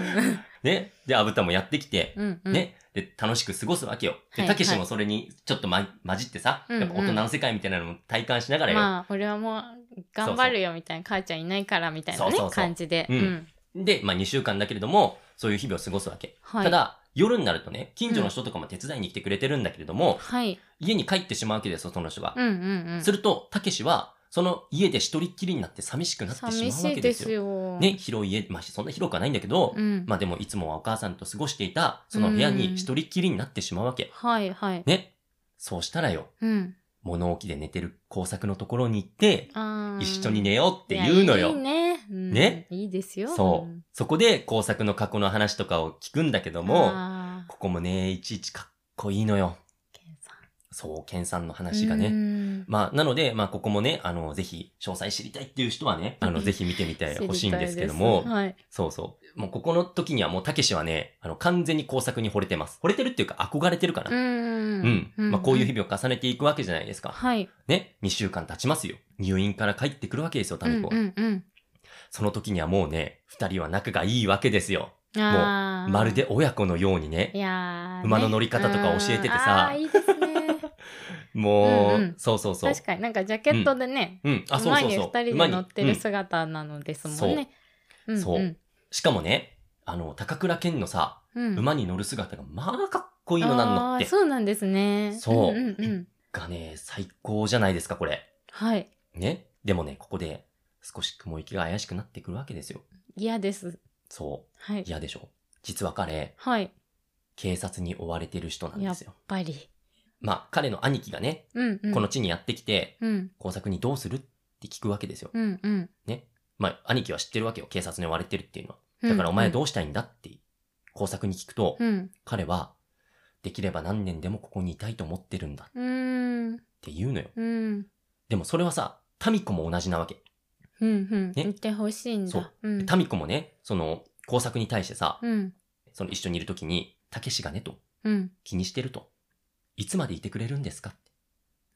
[SPEAKER 1] ね、で、アブタもやってきて、
[SPEAKER 2] うんうん。
[SPEAKER 1] ね、で、楽しく過ごすわけよ。
[SPEAKER 2] は
[SPEAKER 1] で、
[SPEAKER 2] い
[SPEAKER 1] たけしもそれにちょっとま、混じってさ、やっぱ大人の世界みたいなのも体感しながらよ。
[SPEAKER 2] まあ、俺はもう頑張るよみたいな、母ちゃんいないからみたいな
[SPEAKER 1] そうそ
[SPEAKER 2] ね
[SPEAKER 1] うそう
[SPEAKER 2] 感じで。
[SPEAKER 1] うん
[SPEAKER 2] うん
[SPEAKER 1] で、まあ2週間だけれども、そういう日々を過ごすわけ。
[SPEAKER 2] はい
[SPEAKER 1] ただ、夜になるとね、近所の人とかも手伝いに来てくれてるんだけれども、
[SPEAKER 2] はい。
[SPEAKER 1] 家に帰ってしまうわけですよ、その人が。
[SPEAKER 2] うんうんうん。
[SPEAKER 1] すると、たけしは、その家で一人っきりになって寂しくなってし
[SPEAKER 2] 寂
[SPEAKER 1] まう
[SPEAKER 2] し
[SPEAKER 1] わ
[SPEAKER 2] い
[SPEAKER 1] け
[SPEAKER 2] で
[SPEAKER 1] です
[SPEAKER 2] す
[SPEAKER 1] よ。
[SPEAKER 2] よ。
[SPEAKER 1] ね、。広い家、まあそんな広くはないんだけど、
[SPEAKER 2] うん。
[SPEAKER 1] まあでもいつもはお母さんと過ごしていた、その部屋に一人っきりになってしまうわけ。
[SPEAKER 2] はいはい。
[SPEAKER 1] ね、そうしたらよ、
[SPEAKER 2] うん。
[SPEAKER 1] 物置で寝てる工作のところに行って、
[SPEAKER 2] あー
[SPEAKER 1] 一緒に寝ようって言うの
[SPEAKER 2] いやい
[SPEAKER 1] よ。
[SPEAKER 2] いね。うん
[SPEAKER 1] ね
[SPEAKER 2] いいですよ。
[SPEAKER 1] そ
[SPEAKER 2] ん
[SPEAKER 1] う。そこで工作の過去の話とかを聞くんだけども、
[SPEAKER 2] あー
[SPEAKER 1] ここもね、いちいちかっこいいのよ。
[SPEAKER 2] ケンさん
[SPEAKER 1] そう、ケンさんの話がね。
[SPEAKER 2] うん
[SPEAKER 1] まあ、なので、まあ、ここもね、あの、ぜひ、詳細知りたいっていう人はね、あの、ぜひ見てみてほしいんですけども
[SPEAKER 2] 知りたいで、すはい。
[SPEAKER 1] そうそう。もう、ここの時にはもう、たけしはね、あの、完全に工作に惚れてます。惚れてるっていうか、憧れてるかな。
[SPEAKER 2] う
[SPEAKER 1] うんん。
[SPEAKER 2] ん
[SPEAKER 1] まあ、こういう日々を重ねていくわけじゃないですか。
[SPEAKER 2] はい。
[SPEAKER 1] ね、2週間経ちますよ。入院から帰ってくるわけですよ、タミコは。
[SPEAKER 2] うんうん
[SPEAKER 1] その時にはもうね、二人は仲がいいわけですよ。
[SPEAKER 2] うん。あー
[SPEAKER 1] まる。で親子のように
[SPEAKER 2] い
[SPEAKER 1] ね。
[SPEAKER 2] やーね
[SPEAKER 1] 馬の乗り方とか教えててさ
[SPEAKER 2] うんあーいいですね。
[SPEAKER 1] もう、
[SPEAKER 2] うんうん
[SPEAKER 1] そうそうそう。
[SPEAKER 2] 確かになんかジャケットでね、
[SPEAKER 1] うん、あ、そう
[SPEAKER 2] 馬
[SPEAKER 1] そう
[SPEAKER 2] に
[SPEAKER 1] そ
[SPEAKER 2] 二
[SPEAKER 1] う。
[SPEAKER 2] 人で
[SPEAKER 1] 馬に
[SPEAKER 2] 乗って
[SPEAKER 1] う
[SPEAKER 2] る
[SPEAKER 1] ん
[SPEAKER 2] 姿なのですもんね。うんうん、
[SPEAKER 1] そうしかもね、あの、高倉健のさ、
[SPEAKER 2] うん。
[SPEAKER 1] 馬に乗る姿がまあかっこいいのなんのっ
[SPEAKER 2] あー
[SPEAKER 1] て。
[SPEAKER 2] そうなんですね。
[SPEAKER 1] そうん
[SPEAKER 2] うんうん。
[SPEAKER 1] がね、最高じゃないですか、これ。
[SPEAKER 2] はい。
[SPEAKER 1] ね。でもね、ここで少し雲行きが怪しくなってくるわけですよ。
[SPEAKER 2] 嫌です。
[SPEAKER 1] そ
[SPEAKER 2] は
[SPEAKER 1] う。
[SPEAKER 2] い。
[SPEAKER 1] 嫌でしょ。実は彼、
[SPEAKER 2] はい。やっ
[SPEAKER 1] 警察に追われてる人なんですよ。
[SPEAKER 2] ぱり。
[SPEAKER 1] まあ、彼の兄貴がね、
[SPEAKER 2] うんうん。
[SPEAKER 1] この地にやってきて、
[SPEAKER 2] うん
[SPEAKER 1] 工作にどうするって聞くわけですよ。
[SPEAKER 2] うんうん。
[SPEAKER 1] まあ、兄貴は知ってるわけよ。警察に追われてるっていうのは。
[SPEAKER 2] うん
[SPEAKER 1] だからお前どうしたいんだって、工作に聞くと、
[SPEAKER 2] うん。
[SPEAKER 1] 彼は、できれば何年でもここにいたいと思ってるんだっ
[SPEAKER 2] うん。
[SPEAKER 1] て言うのよ。
[SPEAKER 2] うん。
[SPEAKER 1] でもそれはさ、タミコも同じなわけ。
[SPEAKER 2] うんうん。
[SPEAKER 1] ね
[SPEAKER 2] 言ってほしいんだ。
[SPEAKER 1] そう
[SPEAKER 2] うん。
[SPEAKER 1] タミコもね、その、工作に対してさ、
[SPEAKER 2] うん。
[SPEAKER 1] その一緒にいるときに、たけしがねと、
[SPEAKER 2] うん。
[SPEAKER 1] 気にしてると。いつまでいてくれるんですかって。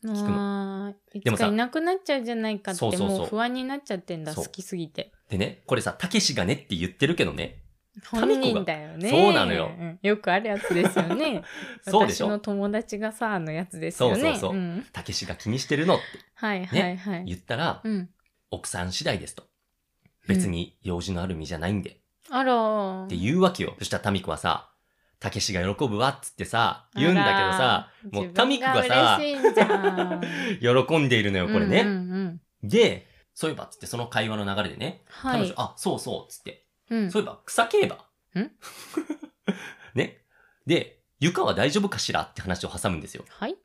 [SPEAKER 1] く
[SPEAKER 2] ああ、い
[SPEAKER 1] で
[SPEAKER 2] つ
[SPEAKER 1] もさ
[SPEAKER 2] かいなくなっちゃうんじゃないかっ
[SPEAKER 1] そう
[SPEAKER 2] て、
[SPEAKER 1] そうそう
[SPEAKER 2] もう不安になっちゃってんだ、
[SPEAKER 1] そう
[SPEAKER 2] 好きすぎて。
[SPEAKER 1] でね、これさ、たけしがねって言ってるけどね、タミ
[SPEAKER 2] 本
[SPEAKER 1] コが
[SPEAKER 2] 人だよね。
[SPEAKER 1] そうなのよ
[SPEAKER 2] んよくあるやつですよね。
[SPEAKER 1] [laughs] そうでし
[SPEAKER 2] 私の
[SPEAKER 1] ょ
[SPEAKER 2] 友達がさ、あのやつですよ
[SPEAKER 1] そ
[SPEAKER 2] ね。
[SPEAKER 1] うそうそうんたけしが気にしてるのって
[SPEAKER 2] はいはいはい。
[SPEAKER 1] 言ったら、
[SPEAKER 2] うん。
[SPEAKER 1] 奥さん次第ですと。別に用事のある身じゃないんで。
[SPEAKER 2] あらー。
[SPEAKER 1] って言うわけよ。そしたらタミコはさ、たけしが喜ぶわっつってさ、言うんだけどさ、
[SPEAKER 2] あらー
[SPEAKER 1] もうタミコがさ
[SPEAKER 2] 自分が嬉しいんじ
[SPEAKER 1] 喜んでいるの
[SPEAKER 2] ゃ
[SPEAKER 1] よ、[laughs]
[SPEAKER 2] ん。
[SPEAKER 1] これね。
[SPEAKER 2] うんうんうん
[SPEAKER 1] で、そういえばっつってその会話の流れでね、
[SPEAKER 2] は
[SPEAKER 1] 彼女
[SPEAKER 2] い、。
[SPEAKER 1] あ、そうそうっつって、
[SPEAKER 2] うん
[SPEAKER 1] そういえば草競馬。
[SPEAKER 2] ん
[SPEAKER 1] [laughs] ね。で、床は大丈夫かしらって話を挟むんですよ。
[SPEAKER 2] はい。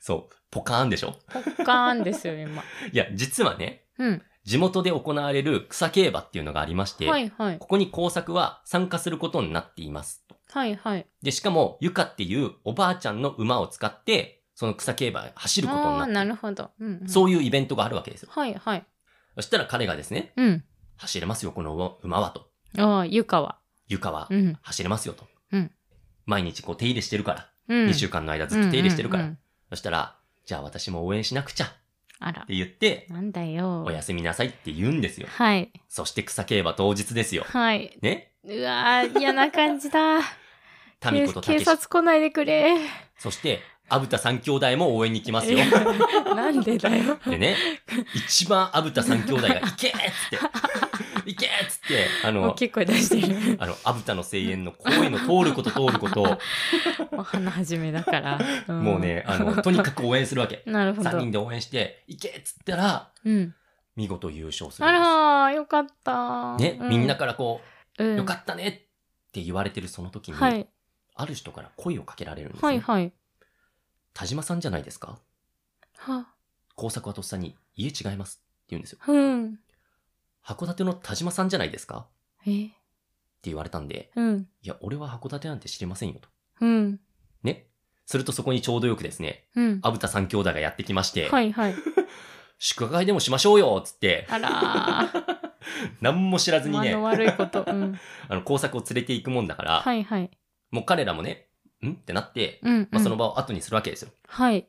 [SPEAKER 1] そう。ポカーンでしょ
[SPEAKER 2] ポッカーンですよ、今。
[SPEAKER 1] いや、実はね、
[SPEAKER 2] うん。
[SPEAKER 1] 地元で行われる草競馬っていうのがありまして、
[SPEAKER 2] はいはい。
[SPEAKER 1] ここに工作は参加することになっています。
[SPEAKER 2] はいはい。
[SPEAKER 1] で、しかも、ゆかっていうおばあちゃんの馬を使って、その草競馬走ることに
[SPEAKER 2] あ
[SPEAKER 1] な
[SPEAKER 2] あー、
[SPEAKER 1] って
[SPEAKER 2] なるほど。うん、うん。う。
[SPEAKER 1] そういうイベントがあるわけですよ。
[SPEAKER 2] はいはい。
[SPEAKER 1] そしたら彼がですね、
[SPEAKER 2] うん。
[SPEAKER 1] 走れますよ、この馬はと。
[SPEAKER 2] ああ、ゆかは。
[SPEAKER 1] ゆかは
[SPEAKER 2] うん。
[SPEAKER 1] 走れますよと。
[SPEAKER 2] うん
[SPEAKER 1] 毎日こう手入れしてるから、
[SPEAKER 2] うん。
[SPEAKER 1] 2週間の間ずっと手入れしてるから。
[SPEAKER 2] うんうんうん
[SPEAKER 1] そしたら、じゃあ私も応援しなくちゃっ
[SPEAKER 2] あら。
[SPEAKER 1] て言って、
[SPEAKER 2] なんだよ
[SPEAKER 1] お。やすみなさいって言うんですよ。
[SPEAKER 2] はい。
[SPEAKER 1] そして草競馬当日ですよ。
[SPEAKER 2] はい。
[SPEAKER 1] ね
[SPEAKER 2] うわー、嫌な感じだ。
[SPEAKER 1] タミコとた
[SPEAKER 2] 警
[SPEAKER 1] けし。
[SPEAKER 2] 察来ないでくれ。
[SPEAKER 1] そして、アブタ三兄弟も応援に来ますよ。
[SPEAKER 2] [laughs] なんでだよ。
[SPEAKER 1] で
[SPEAKER 2] [laughs]
[SPEAKER 1] ね、一番アブタ三兄弟が、いけーっつって、いけーっつって、あ
[SPEAKER 2] 大
[SPEAKER 1] の
[SPEAKER 2] き、い声出してる。
[SPEAKER 1] あの、アブタの声援の声の通ること通ること、
[SPEAKER 2] もう鼻始めだから。ん
[SPEAKER 1] もうね、あの、とにかく応援するわけ。
[SPEAKER 2] [laughs] なるほ
[SPEAKER 1] 3
[SPEAKER 2] ど
[SPEAKER 1] 人。で応援して、いけーっつったら、
[SPEAKER 2] うん。
[SPEAKER 1] 見事優勝する
[SPEAKER 2] あ
[SPEAKER 1] んで
[SPEAKER 2] らー、よかった。
[SPEAKER 1] す。ね、
[SPEAKER 2] う
[SPEAKER 1] みんな、からこ
[SPEAKER 2] うん
[SPEAKER 1] う、よかったねって言われてるその時に、
[SPEAKER 2] はい。
[SPEAKER 1] ある人から声をかけられるんですよ。
[SPEAKER 2] はいはい。
[SPEAKER 1] 田島さんじゃないですか
[SPEAKER 2] は、
[SPEAKER 1] 工作はとっさに、家違いますって言うんですよ。
[SPEAKER 2] うん。
[SPEAKER 1] 函館の田島さんじゃないですかっ
[SPEAKER 2] え、
[SPEAKER 1] て言われたんで、
[SPEAKER 2] うん。
[SPEAKER 1] いや、俺は函館なんて知りませんよと。
[SPEAKER 2] うん。
[SPEAKER 1] ね。するとそこにちょうどよくですね、
[SPEAKER 2] うん。
[SPEAKER 1] アブタ三兄弟がやってきまして、
[SPEAKER 2] はいはい。
[SPEAKER 1] 祝賀会でもしましょうよっつ
[SPEAKER 2] [laughs]
[SPEAKER 1] って、
[SPEAKER 2] あら
[SPEAKER 1] 何も知らず
[SPEAKER 2] ー、
[SPEAKER 1] に
[SPEAKER 2] 間
[SPEAKER 1] ね
[SPEAKER 2] の、悪いこと。うん。
[SPEAKER 1] あの、工作を連れて行くもんだから、
[SPEAKER 2] はいはい。
[SPEAKER 1] もう彼らもね、んってなって、
[SPEAKER 2] うん、うん。
[SPEAKER 1] まあ、その場を後にするわけですよ。
[SPEAKER 2] はい。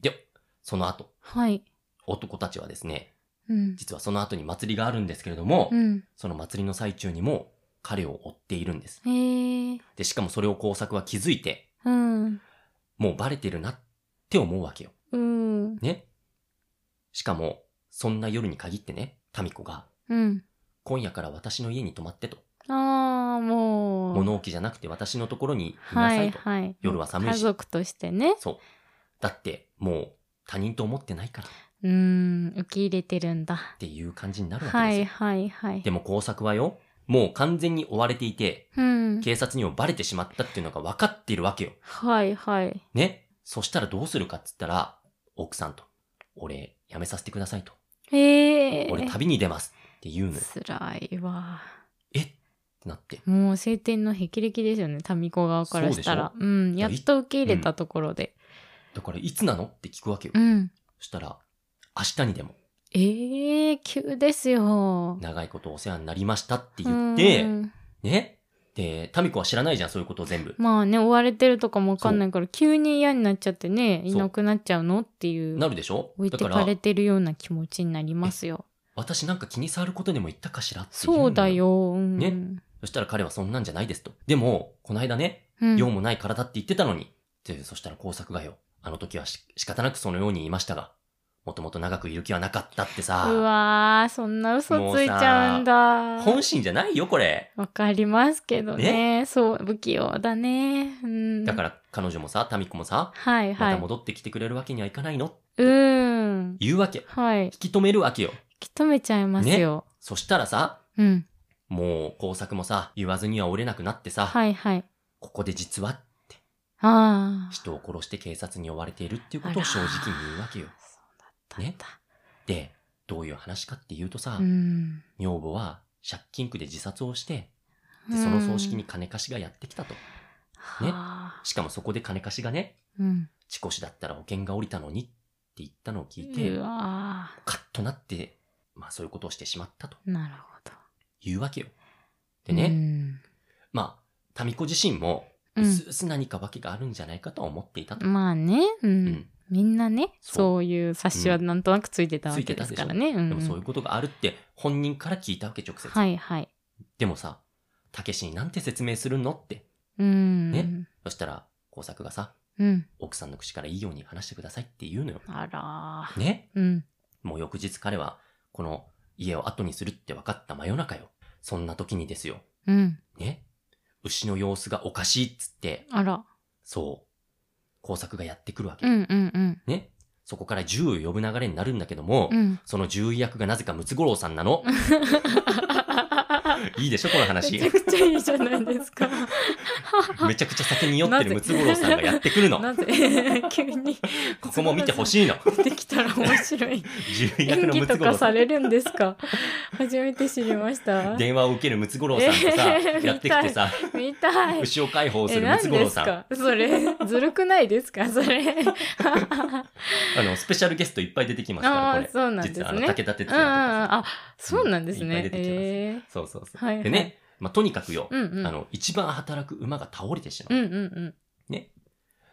[SPEAKER 1] で、その後、
[SPEAKER 2] はい。
[SPEAKER 1] 男たちはですね、
[SPEAKER 2] うん。
[SPEAKER 1] 実はその後に祭りがあるんですけれども、
[SPEAKER 2] うん。
[SPEAKER 1] その祭りの最中にも彼を追っているんです。
[SPEAKER 2] へー。
[SPEAKER 1] で、しかもそれを工作は気づいて、
[SPEAKER 2] うん。
[SPEAKER 1] もうバレてるなって思うわけよ。
[SPEAKER 2] うん。
[SPEAKER 1] ね。しかも、そんな夜に限ってね、民子が、
[SPEAKER 2] うん。
[SPEAKER 1] 今夜から私の家に泊まってと、
[SPEAKER 2] ああ、もう。
[SPEAKER 1] 物置じゃなくて私のところにいな
[SPEAKER 2] は
[SPEAKER 1] さ
[SPEAKER 2] い
[SPEAKER 1] いと。
[SPEAKER 2] はい。
[SPEAKER 1] 夜は寒いし
[SPEAKER 2] 家族としてね。
[SPEAKER 1] そう。だって、もう他人と思ってないからっ
[SPEAKER 2] うーん、受け入れてるんだ。
[SPEAKER 1] ていう感じになるわけ
[SPEAKER 2] は
[SPEAKER 1] です
[SPEAKER 2] い
[SPEAKER 1] よ。
[SPEAKER 2] はいはい
[SPEAKER 1] で。も工作はよ、もう完全に追われていて、
[SPEAKER 2] うん。
[SPEAKER 1] 警察にもバレてしまったっていうのが分かっているわけよ。
[SPEAKER 2] はいはい。
[SPEAKER 1] ね。そしたらどうするかっつったら、奥さんと、俺、やめさせてくださいと。
[SPEAKER 2] ええ
[SPEAKER 1] 俺、旅に出ますって言うのよ。
[SPEAKER 2] つらいわ。
[SPEAKER 1] えってなって。
[SPEAKER 2] もう晴天の霹靂ですよね、民子側からしたら。うん、やっと受け入れたところで。
[SPEAKER 1] だから、いつなのって聞くわけよ
[SPEAKER 2] う。ん。
[SPEAKER 1] そしたら、明日にでも、
[SPEAKER 2] ええ急ですよ。
[SPEAKER 1] 長いことお世話になりましたって言
[SPEAKER 2] う
[SPEAKER 1] って、
[SPEAKER 2] ん
[SPEAKER 1] ね。で、タミコは知らないじゃん、そういうことを全部。
[SPEAKER 2] まあね、追われてるとかもわかんないから、急に嫌になっちゃってね、
[SPEAKER 1] そう
[SPEAKER 2] いなくなっちゃうのっていう。
[SPEAKER 1] なるでしょ
[SPEAKER 2] 置い
[SPEAKER 1] だ
[SPEAKER 2] て
[SPEAKER 1] か
[SPEAKER 2] かられ、てるような気持ちになりますよ。
[SPEAKER 1] 私なんか気に障ることでも言ったかしらって言うの
[SPEAKER 2] そうだ。よ。うん。
[SPEAKER 1] ねそしたら彼はそんなんじゃないですと。でも、この間ね、
[SPEAKER 2] うん、
[SPEAKER 1] 用もない体って言ってたのに。で、そしたら工作がよ。あの時はし仕方なくそのように言いましたが、もともと長くいる気はなかったって
[SPEAKER 2] う
[SPEAKER 1] さ。
[SPEAKER 2] わー、そんな嘘ついちゃうんだ。
[SPEAKER 1] 本心じゃないよ、これ。
[SPEAKER 2] わかりますけどね。そう、不器用だね。うん。。
[SPEAKER 1] だからら彼女もさ、タミコもさ、
[SPEAKER 2] はい
[SPEAKER 1] ま
[SPEAKER 2] はい。
[SPEAKER 1] た戻ってきてくれるわけにはいかないの
[SPEAKER 2] うーん。
[SPEAKER 1] 言うわけ。
[SPEAKER 2] はい。
[SPEAKER 1] 引き止めるわけよ。
[SPEAKER 2] き止めちゃいますよ。
[SPEAKER 1] そしたらさ、
[SPEAKER 2] うん。
[SPEAKER 1] もう工作もさ、言わずには折れなくなってさ、
[SPEAKER 2] はいはい。
[SPEAKER 1] ここで実は
[SPEAKER 2] ああ。
[SPEAKER 1] 人を殺して警察に追われているっていうことを正直に言うわけよ。
[SPEAKER 2] そうだったんだ。
[SPEAKER 1] で、どういう話かっていうとさ、
[SPEAKER 2] うん。
[SPEAKER 1] 女房は借金苦で自殺をして、でその葬式に金貸しがやってきたと。
[SPEAKER 2] うん。
[SPEAKER 1] ね
[SPEAKER 2] はあ
[SPEAKER 1] しかもそこで金貸しがね、
[SPEAKER 2] うん。
[SPEAKER 1] 事故死だったら保険が降りたのにって言ったのを聞いうて、
[SPEAKER 2] わ
[SPEAKER 1] カッとなって、まあそういうことをしてしまったと
[SPEAKER 2] ー。なるほど。
[SPEAKER 1] いうわけよ。で
[SPEAKER 2] う
[SPEAKER 1] ね、
[SPEAKER 2] ん。
[SPEAKER 1] まあ、民子自身も、
[SPEAKER 2] う
[SPEAKER 1] うんすうす何かわけがあるんじゃないかとは思っていたと。
[SPEAKER 2] まあね、う。
[SPEAKER 1] うんん。
[SPEAKER 2] みんなね、
[SPEAKER 1] そう
[SPEAKER 2] そういう冊子はなんとなくついてたわけですからね。うん。
[SPEAKER 1] でもそういうことがあるって本人から聞いたわけ直接。
[SPEAKER 2] はいはい。
[SPEAKER 1] でもさ、たけしになんて説明するのって。
[SPEAKER 2] うん。
[SPEAKER 1] ねそしたら、工作がさ、
[SPEAKER 2] うん。
[SPEAKER 1] 奥さんの口からいいように話してくださいって言うのよ。
[SPEAKER 2] あらー。
[SPEAKER 1] ね
[SPEAKER 2] うん。
[SPEAKER 1] もう翌日彼は、この家を後にするって分かった真夜中よ。そんな時にですよ。
[SPEAKER 2] うん。
[SPEAKER 1] ね牛の様子がおかしいっつって、
[SPEAKER 2] あら。
[SPEAKER 1] そう、工作がやってくるわけ。
[SPEAKER 2] うんうんうん。
[SPEAKER 1] ねそこから銃を呼ぶ流れになるんだけども、
[SPEAKER 2] うん。
[SPEAKER 1] その獣医役がなぜかムツゴロウさんなの。いいでしょこの
[SPEAKER 2] [laughs] め
[SPEAKER 1] 話
[SPEAKER 2] ち。ゃくちゃいいじゃないですか。
[SPEAKER 1] めちゃくちゃ酒に酔ってる
[SPEAKER 2] なぜ
[SPEAKER 1] ムツゴロウさんがやってくるの。
[SPEAKER 2] なぜ [laughs] 急に
[SPEAKER 1] ここも見てほしいの。
[SPEAKER 2] 出てきたら面
[SPEAKER 1] [laughs]
[SPEAKER 2] 白い。
[SPEAKER 1] 獣医役
[SPEAKER 2] 演
[SPEAKER 1] のム
[SPEAKER 2] 技
[SPEAKER 1] ツ
[SPEAKER 2] と
[SPEAKER 1] ゴロ
[SPEAKER 2] か
[SPEAKER 1] ウさ
[SPEAKER 2] さ
[SPEAKER 1] ん。
[SPEAKER 2] れるんですか初めて知りました。
[SPEAKER 1] 電話を受けるムツゴロウさんとさ、
[SPEAKER 2] えー
[SPEAKER 1] やってきてさ、
[SPEAKER 2] 見たい。
[SPEAKER 1] 牛を解放す
[SPEAKER 2] え、
[SPEAKER 1] るム
[SPEAKER 2] 何
[SPEAKER 1] ツゴロ
[SPEAKER 2] で
[SPEAKER 1] ウ
[SPEAKER 2] す
[SPEAKER 1] さん。あ
[SPEAKER 2] かそれ、
[SPEAKER 1] [laughs]
[SPEAKER 2] ずるくないですかそれ。
[SPEAKER 1] の、スペシャルゲストいっぱい出てきますから、
[SPEAKER 2] あ
[SPEAKER 1] こ
[SPEAKER 2] あ、
[SPEAKER 1] れ。
[SPEAKER 2] そうなんです
[SPEAKER 1] 実
[SPEAKER 2] ね。
[SPEAKER 1] は、あ
[SPEAKER 2] う
[SPEAKER 1] の、
[SPEAKER 2] んうんうん
[SPEAKER 1] 武田鉄矢とかさ。
[SPEAKER 2] あ、そうなんです
[SPEAKER 1] いっ
[SPEAKER 2] ね
[SPEAKER 1] ぱい。出てきます
[SPEAKER 2] え
[SPEAKER 1] そうそうそう。
[SPEAKER 2] はいはい
[SPEAKER 1] でね、まあ、とにかくよ
[SPEAKER 2] ー。、うんうん。
[SPEAKER 1] あの、一番働く馬が倒れてし
[SPEAKER 2] う
[SPEAKER 1] まう。
[SPEAKER 2] んうん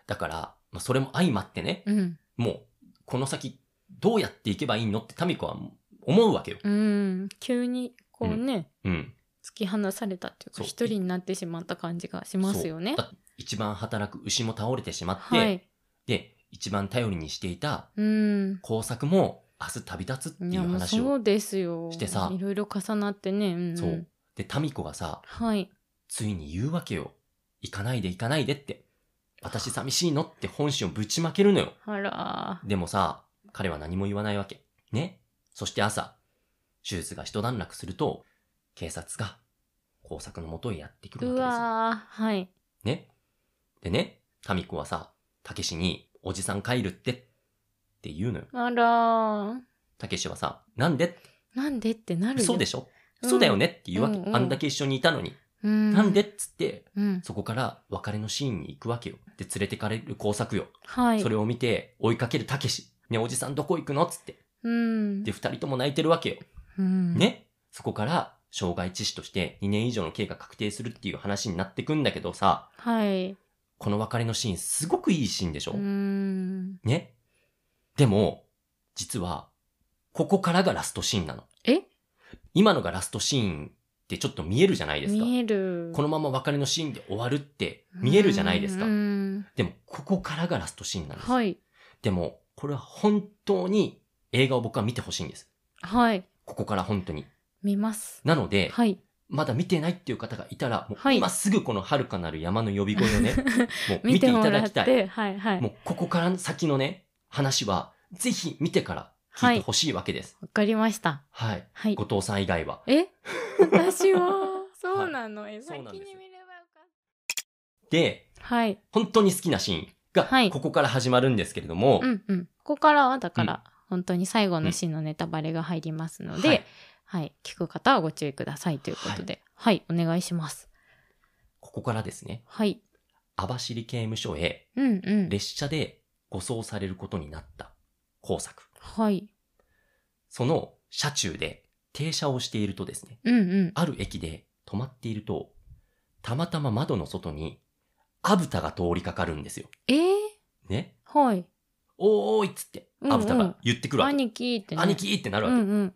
[SPEAKER 1] だから、まあ、それも相まってね、
[SPEAKER 2] うん。うん。
[SPEAKER 1] もう、この先、どうやっていけばいいのって民子は思うわけよ。
[SPEAKER 2] うん。急に、こうね、
[SPEAKER 1] うん。
[SPEAKER 2] 突き放されたっていう
[SPEAKER 1] そ
[SPEAKER 2] か、
[SPEAKER 1] う
[SPEAKER 2] 一人になってしまった感じがしますよね
[SPEAKER 1] そう。だって一番働く牛も倒れてしまって、
[SPEAKER 2] はい。
[SPEAKER 1] で、一番頼りにしていた
[SPEAKER 2] うん。
[SPEAKER 1] 工作も明日旅立つって
[SPEAKER 2] い
[SPEAKER 1] い
[SPEAKER 2] や
[SPEAKER 1] う
[SPEAKER 2] もう
[SPEAKER 1] 話
[SPEAKER 2] そ
[SPEAKER 1] を。
[SPEAKER 2] うですよ。
[SPEAKER 1] してさ
[SPEAKER 2] いろいろ重なってね。うんん
[SPEAKER 1] そう。で、タミコがさ、
[SPEAKER 2] はい。
[SPEAKER 1] ついに言うわけよ。行かないで行かないでって。私寂しいのって本心をぶちまけるのよ。
[SPEAKER 2] あら
[SPEAKER 1] でもさ、彼は何も言わないわけ。ね。そして朝、手術が一段落すると、警察が工作のもとへやってく
[SPEAKER 2] ー。
[SPEAKER 1] るわ
[SPEAKER 2] う
[SPEAKER 1] けですよ。
[SPEAKER 2] わー。はい。
[SPEAKER 1] ね。でね、タミコはさ、たけしに、おじさん帰るって、って言うのよ。
[SPEAKER 2] あらー。
[SPEAKER 1] たけしはさ、なんで
[SPEAKER 2] なんでってなるよ。
[SPEAKER 1] 嘘でしょ
[SPEAKER 2] うん
[SPEAKER 1] 嘘だよねっていうわけ。
[SPEAKER 2] うんうん
[SPEAKER 1] あんだけ一緒にいたのに。
[SPEAKER 2] うん。
[SPEAKER 1] なんでっつって、
[SPEAKER 2] うん。
[SPEAKER 1] そこから別れのシーンに行くわけよ。で、連れてかれる工作よ。
[SPEAKER 2] はい。
[SPEAKER 1] それを見て、追いかけるたけし。ね、おじさんどこ行くのっつって。
[SPEAKER 2] うん。
[SPEAKER 1] で、二人とも泣いてるわけよ。
[SPEAKER 2] うん。。
[SPEAKER 1] ね。そこから、障害致死として2年以上の刑が確定するっていう話になってくんだけどさ、
[SPEAKER 2] はい。う
[SPEAKER 1] この別れのシーンすごくいいシーンでしょ、
[SPEAKER 2] ーん。
[SPEAKER 1] ねでも、実は、ここからがラストシーンなの。
[SPEAKER 2] え
[SPEAKER 1] 今のがラストシーンってちょっと見えるじゃないですか。
[SPEAKER 2] 見える。
[SPEAKER 1] このまま別れのシーンで終わるって見えるじゃないですか
[SPEAKER 2] う。ーん
[SPEAKER 1] でも、ここからがラストシーンなんです。
[SPEAKER 2] はい。
[SPEAKER 1] でも、これは本当に映画を僕は見てほしいんです。
[SPEAKER 2] はい。
[SPEAKER 1] ここから本当に。
[SPEAKER 2] 見ます。
[SPEAKER 1] なので、
[SPEAKER 2] はい。
[SPEAKER 1] まだ見てないっていう方がいたら、も
[SPEAKER 2] は
[SPEAKER 1] う
[SPEAKER 2] い
[SPEAKER 1] 今すぐこの遥かなる山の呼び声を
[SPEAKER 2] [laughs]
[SPEAKER 1] ね、もう見
[SPEAKER 2] 見
[SPEAKER 1] て
[SPEAKER 2] て
[SPEAKER 1] い
[SPEAKER 2] も
[SPEAKER 1] た
[SPEAKER 2] ら
[SPEAKER 1] だ
[SPEAKER 2] っ
[SPEAKER 1] きたい。
[SPEAKER 2] て、はいはい。
[SPEAKER 1] も
[SPEAKER 2] わ
[SPEAKER 1] うここから先のね、話は、ぜひ見てから聞いてほしいわけです。
[SPEAKER 2] かりました。
[SPEAKER 1] はい。
[SPEAKER 2] はい。
[SPEAKER 1] 後藤さん以外は。
[SPEAKER 2] え
[SPEAKER 1] [laughs]
[SPEAKER 2] 私は、そうなの、え
[SPEAKER 1] そうなん
[SPEAKER 2] 先
[SPEAKER 1] です
[SPEAKER 2] に見ればよかっ
[SPEAKER 1] で、
[SPEAKER 2] た。はい。
[SPEAKER 1] 本当に好きなシーン
[SPEAKER 2] は
[SPEAKER 1] が、
[SPEAKER 2] い
[SPEAKER 1] ここから始まるんですけれども、
[SPEAKER 2] うんうん。ここからは、だから、本当に最後のシーンのネタバレが入りますので、
[SPEAKER 1] は
[SPEAKER 2] はいい、聞く方はご注意くださいということで、はい、お願いします。
[SPEAKER 1] ここからですね、
[SPEAKER 2] はい。
[SPEAKER 1] 網走刑務所へ
[SPEAKER 2] うんうん。
[SPEAKER 1] 列車で護送されることになった工作。
[SPEAKER 2] はい。
[SPEAKER 1] その車中で停車をしているとですね、
[SPEAKER 2] うんうん。
[SPEAKER 1] ある駅で止まっていると、たまたま窓の外に、アブタが通りかかるんですよ。
[SPEAKER 2] えー、
[SPEAKER 1] ね。
[SPEAKER 2] はい。
[SPEAKER 1] おーいっつって、
[SPEAKER 2] うんうん
[SPEAKER 1] アブタが言ってくるわけ。
[SPEAKER 2] 兄貴ってね。
[SPEAKER 1] 兄貴ってなる
[SPEAKER 2] う
[SPEAKER 1] わ
[SPEAKER 2] ん
[SPEAKER 1] け。
[SPEAKER 2] うん。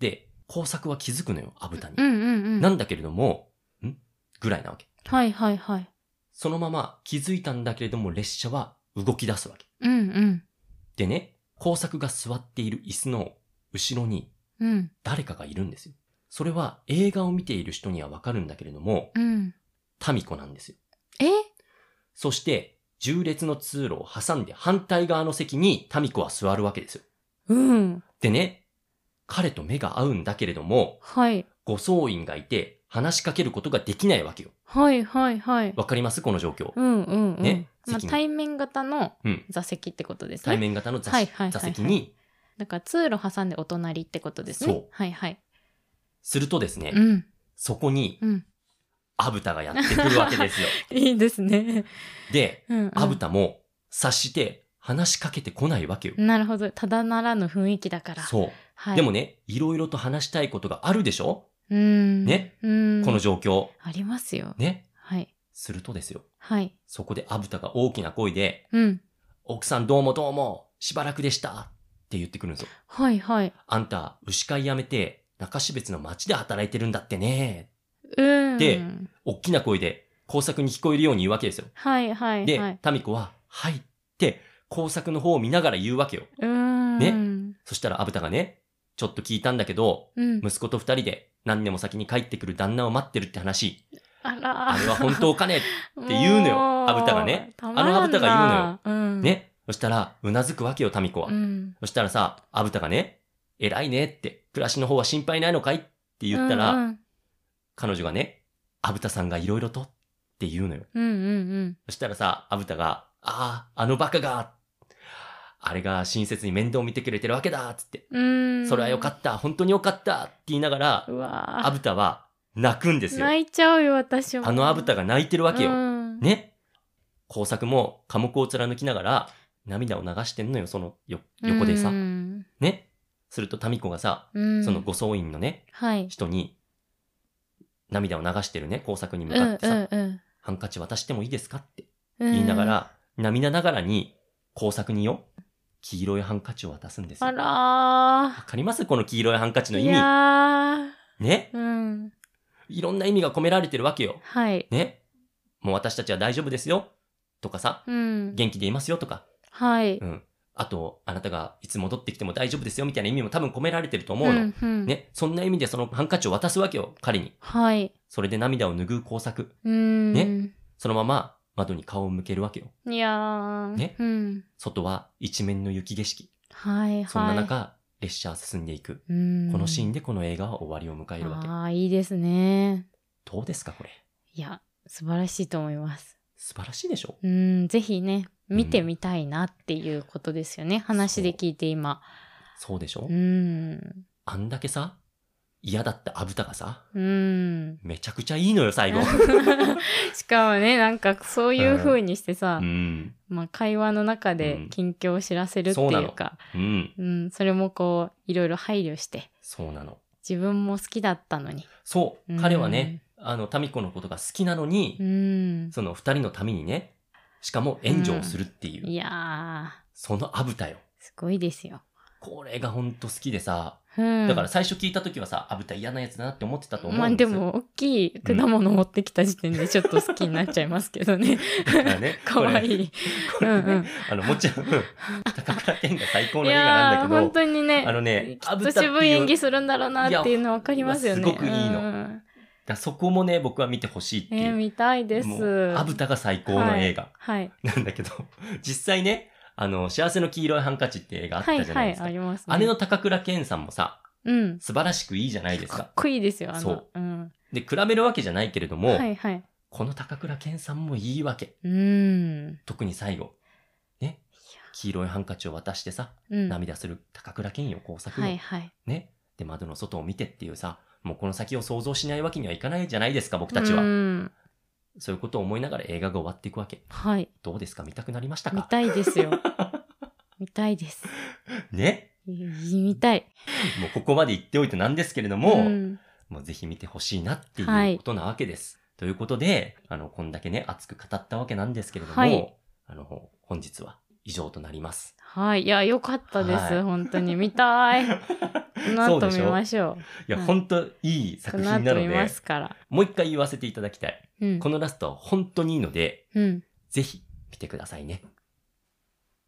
[SPEAKER 1] で、工作は気づくのよ、アブタに
[SPEAKER 2] う。んうんうん。
[SPEAKER 1] なんだけれども、んぐらいなわけ。
[SPEAKER 2] はいはいはい。
[SPEAKER 1] そのまま気づいたんだけれども、列車は動き出すわけ。
[SPEAKER 2] うんうん。
[SPEAKER 1] でね、工作が座っている椅子の後ろに
[SPEAKER 2] うん
[SPEAKER 1] 誰かがいるんですよ。それは映画を見ている人にはわかるんだけれども、
[SPEAKER 2] うん。
[SPEAKER 1] タミコなんですよ。
[SPEAKER 2] え
[SPEAKER 1] そして、縦列の通路を挟んで反対側の席にタミコは座るわけですよ。
[SPEAKER 2] うん。
[SPEAKER 1] でね、彼と目が合うんだけれども、
[SPEAKER 2] はい。
[SPEAKER 1] 護送員がいて話しかけることができないわけよ。
[SPEAKER 2] はいはいはい。
[SPEAKER 1] わかりますこの状況。
[SPEAKER 2] うんうんうん。
[SPEAKER 1] ね
[SPEAKER 2] まあ、
[SPEAKER 1] 席に
[SPEAKER 2] 対面型の
[SPEAKER 1] うん
[SPEAKER 2] 座席ってことですね。
[SPEAKER 1] 対面型の座,、
[SPEAKER 2] はいはいはいはい
[SPEAKER 1] 座席に、
[SPEAKER 2] だから通路挟んでお隣ってことですね。
[SPEAKER 1] そう
[SPEAKER 2] はいはい。
[SPEAKER 1] するとですね、
[SPEAKER 2] うん。
[SPEAKER 1] そこに
[SPEAKER 2] うん。
[SPEAKER 1] アブタがやってくるわけですよ。
[SPEAKER 2] いいですね。
[SPEAKER 1] で、
[SPEAKER 2] うん、うん。
[SPEAKER 1] アブタも察して話しかけてこないわけよ。
[SPEAKER 2] なるほど。ただならぬ雰囲気だから。
[SPEAKER 1] そう。
[SPEAKER 2] はい。
[SPEAKER 1] でもね、いろいろと話したいことがあるでしょ、
[SPEAKER 2] うん。
[SPEAKER 1] ね。
[SPEAKER 2] うん。
[SPEAKER 1] この状況。
[SPEAKER 2] ありますよ。
[SPEAKER 1] ね。
[SPEAKER 2] はい。
[SPEAKER 1] するとですよ。
[SPEAKER 2] はい。
[SPEAKER 1] そこでアブタが大きな声で、
[SPEAKER 2] うん。
[SPEAKER 1] 奥さんどうもどうも、しばらくでしたって言ってくるんですよ。
[SPEAKER 2] はいはい。
[SPEAKER 1] あんた、牛飼い辞めて、中標津の町で働いてるんだってね。
[SPEAKER 2] うん。
[SPEAKER 1] で、大きな声で、工作に聞こえるように言うわけですよ。
[SPEAKER 2] はいはいは
[SPEAKER 1] で
[SPEAKER 2] い。、
[SPEAKER 1] タミコは、はいって、工作の方を見ながら言うわけよ。
[SPEAKER 2] うん。
[SPEAKER 1] ね
[SPEAKER 2] うん。
[SPEAKER 1] そしたら、アブタがね、ちょっと聞いたんだけど、息子と二人で何年も先に帰ってくる旦那を待ってるって話。
[SPEAKER 2] あら。
[SPEAKER 1] あれは本当かね
[SPEAKER 2] って
[SPEAKER 1] 言うのよアブタがね
[SPEAKER 2] あ
[SPEAKER 1] あのアブタが
[SPEAKER 2] 言うのよ。うん。。
[SPEAKER 1] ね。そしたら、うなずくわけよ、タミコは
[SPEAKER 2] う。ん。
[SPEAKER 1] そしたらさ、アブタがね、偉いねって、暮らしの方は心配ないのかいって言ったら、
[SPEAKER 2] うんうん
[SPEAKER 1] 彼女がね、アブタさんがいろいろとって言うのよ。
[SPEAKER 2] うんうん
[SPEAKER 1] そしたらさ、アブタが、ああ、あのバカが、あれが親切に面倒見てくれてるわけだっつって、
[SPEAKER 2] うん。うん。
[SPEAKER 1] それはよか
[SPEAKER 2] た。
[SPEAKER 1] った、本当によかったって言いながら
[SPEAKER 2] う、わ
[SPEAKER 1] ア
[SPEAKER 2] あ
[SPEAKER 1] ブタは泣くんですよ。
[SPEAKER 2] 泣いちゃうよ、私も。
[SPEAKER 1] あのアブタ
[SPEAKER 2] が
[SPEAKER 1] が泣いてるわけよ。
[SPEAKER 2] うん、
[SPEAKER 1] ね。工作も科目を貫きながら、涙を流してんのよ、そのよ横でさ
[SPEAKER 2] う。ん。
[SPEAKER 1] ね。するとタミコがさ、
[SPEAKER 2] うん
[SPEAKER 1] その護送員のね、
[SPEAKER 2] はい。
[SPEAKER 1] 人に、涙を流してるね、工作に向
[SPEAKER 2] う
[SPEAKER 1] か
[SPEAKER 2] ん
[SPEAKER 1] って
[SPEAKER 2] う
[SPEAKER 1] さ、
[SPEAKER 2] んうん。
[SPEAKER 1] ハンカチ渡してもいいですかって
[SPEAKER 2] 言
[SPEAKER 1] 言いなが。ら、涙ながらに工作によ、黄色いハンカチを渡すんですよ。
[SPEAKER 2] あ
[SPEAKER 1] わ
[SPEAKER 2] ら
[SPEAKER 1] かりますこの黄色いハンカチ
[SPEAKER 2] ー。
[SPEAKER 1] の
[SPEAKER 2] い
[SPEAKER 1] 意味。
[SPEAKER 2] や
[SPEAKER 1] ね
[SPEAKER 2] ー。うん。
[SPEAKER 1] いろんな意味が込められてるわけよ。
[SPEAKER 2] はい。
[SPEAKER 1] ねもう私たちは大丈夫ですよ。とかさ、
[SPEAKER 2] うん。
[SPEAKER 1] 元気でいますよとか。
[SPEAKER 2] はい。
[SPEAKER 1] うん。あと、あなたがいつ戻ってきても大丈夫ですよみたいな意味も多分込められてると思うの。
[SPEAKER 2] ん。
[SPEAKER 1] ね。そんな意味でそのハンカチを渡すわけよ、彼に。
[SPEAKER 2] はい。
[SPEAKER 1] それで涙を拭う工作。
[SPEAKER 2] うん。
[SPEAKER 1] ね。そのまま窓に顔を向けるわけよ。
[SPEAKER 2] いやー。
[SPEAKER 1] ね
[SPEAKER 2] うん。
[SPEAKER 1] 外は一面の雪景色。
[SPEAKER 2] はいはい。
[SPEAKER 1] そんな中、列車は進んでいく。
[SPEAKER 2] うん、
[SPEAKER 1] このシーン
[SPEAKER 2] で
[SPEAKER 1] でこの映画は終わりを迎えるわけ。
[SPEAKER 2] ああ、いいですね。
[SPEAKER 1] どうですか、これ。
[SPEAKER 2] いや、素晴らしいと思います。
[SPEAKER 1] 素晴らしいでしょ
[SPEAKER 2] うん、ぜひね、見てみたいなっていうことですよね。話で聞いて今。
[SPEAKER 1] そうでしょ、
[SPEAKER 2] うん。
[SPEAKER 1] あんだけさ、嫌だったアブタがさ、
[SPEAKER 2] うん。
[SPEAKER 1] めちゃくちゃいいのよ、最後。
[SPEAKER 2] [laughs] しかもね、なんかそういう風にしてさ、
[SPEAKER 1] [laughs] うん。
[SPEAKER 2] まあ会話の中
[SPEAKER 1] う
[SPEAKER 2] で
[SPEAKER 1] ん
[SPEAKER 2] 近況を知らせるって
[SPEAKER 1] そうないの
[SPEAKER 2] うか、
[SPEAKER 1] うん。
[SPEAKER 2] うん、それもこう、いろいろ配慮して、
[SPEAKER 1] そうなの。
[SPEAKER 2] 自分も好きだったのに。
[SPEAKER 1] そう、彼はね、あの、タミコのことが好きなのに、
[SPEAKER 2] うん。
[SPEAKER 1] その二人のためにね、しかも援助をするっていう、
[SPEAKER 2] いや
[SPEAKER 1] そのあぶたよ。
[SPEAKER 2] ー、すごいですよ。
[SPEAKER 1] これがほんと好きでさ、
[SPEAKER 2] うん。
[SPEAKER 1] だから最初聞いた時はさ、あぶた嫌なやつだなって思ってたと思
[SPEAKER 2] ま
[SPEAKER 1] う
[SPEAKER 2] あ
[SPEAKER 1] んで
[SPEAKER 2] です
[SPEAKER 1] よ。
[SPEAKER 2] も、大きい果物持ってきた時点でちょっと好きになっちゃいますけど [laughs] ね。
[SPEAKER 1] だからね
[SPEAKER 2] かわいい。
[SPEAKER 1] これ
[SPEAKER 2] うんう
[SPEAKER 1] ね
[SPEAKER 2] ん、
[SPEAKER 1] あの、もちろん、うん高倉健が最高
[SPEAKER 2] い
[SPEAKER 1] の映画
[SPEAKER 2] や
[SPEAKER 1] な
[SPEAKER 2] ー、
[SPEAKER 1] んだけ
[SPEAKER 2] 本
[SPEAKER 1] ど、
[SPEAKER 2] 当にね。
[SPEAKER 1] あのね、
[SPEAKER 2] きっ
[SPEAKER 1] ぶ
[SPEAKER 2] と
[SPEAKER 1] たっていう
[SPEAKER 2] 渋い演技するんだろうなっていうの分かりますよね。
[SPEAKER 1] いやすごくいいの
[SPEAKER 2] うん
[SPEAKER 1] だそこもね、僕は見てほしいって
[SPEAKER 2] えー
[SPEAKER 1] いう。
[SPEAKER 2] 見たいです。
[SPEAKER 1] もうアブタが最高の映画 [laughs]
[SPEAKER 2] はい。
[SPEAKER 1] なんだけど、実際ね、あの、幸せの黄色いハンカチって映画あっ
[SPEAKER 2] はい
[SPEAKER 1] たじゃな
[SPEAKER 2] はい
[SPEAKER 1] で
[SPEAKER 2] い、
[SPEAKER 1] すか。
[SPEAKER 2] あります、
[SPEAKER 1] 姉の高倉健さんもさ、
[SPEAKER 2] うん。
[SPEAKER 1] 素晴らしくいいじゃないです
[SPEAKER 2] かっ
[SPEAKER 1] か。
[SPEAKER 2] こいいですよ、あの。
[SPEAKER 1] そう
[SPEAKER 2] うん。
[SPEAKER 1] で、比べるわけじゃないけれども、
[SPEAKER 2] はいはい。
[SPEAKER 1] この高倉健さんもいいわけ。
[SPEAKER 2] うん。
[SPEAKER 1] 特に最後。ね
[SPEAKER 2] や。
[SPEAKER 1] 黄色いハンカチを渡してさ、
[SPEAKER 2] うん。
[SPEAKER 1] 涙する高倉健よ、工作の、
[SPEAKER 2] はいはい。
[SPEAKER 1] ね。で、窓の外を見てっていうさ、もうこの先を想像しないわけにはいかないじゃないですか、僕たちは。
[SPEAKER 2] うん。
[SPEAKER 1] そういうことを思いながら映画が終わっていくわけ。
[SPEAKER 2] はい。
[SPEAKER 1] どうですか見たくなりました
[SPEAKER 2] 見
[SPEAKER 1] か
[SPEAKER 2] たいです
[SPEAKER 1] [laughs]
[SPEAKER 2] よ。見たいです。
[SPEAKER 1] ね。
[SPEAKER 2] いい見たい。
[SPEAKER 1] もうここまで言っておいてなんですけれども、
[SPEAKER 2] ん
[SPEAKER 1] もうぜひ見てほしいなってい
[SPEAKER 2] は
[SPEAKER 1] う
[SPEAKER 2] い
[SPEAKER 1] ことなわけです。ということで、あの、こんだけね、熱く語ったわけなんですけれども、
[SPEAKER 2] はい
[SPEAKER 1] あの、本日は以上となります。
[SPEAKER 2] はい。いや、よかったで
[SPEAKER 1] は
[SPEAKER 2] す。
[SPEAKER 1] い
[SPEAKER 2] 本当に。見
[SPEAKER 1] [laughs]
[SPEAKER 2] たい。この
[SPEAKER 1] そ
[SPEAKER 2] 後
[SPEAKER 1] うでし
[SPEAKER 2] 見
[SPEAKER 1] ょ
[SPEAKER 2] ましょ
[SPEAKER 1] いや、
[SPEAKER 2] はい。
[SPEAKER 1] ほんといいう
[SPEAKER 2] こ
[SPEAKER 1] 作
[SPEAKER 2] の
[SPEAKER 1] 品な
[SPEAKER 2] 後
[SPEAKER 1] の
[SPEAKER 2] 見ま
[SPEAKER 1] で、
[SPEAKER 2] すから。
[SPEAKER 1] もう一回言わせていただきたい。
[SPEAKER 2] うん
[SPEAKER 1] こ。のラストは本当にいいので、
[SPEAKER 2] うん。
[SPEAKER 1] ぜひ見てくださいね。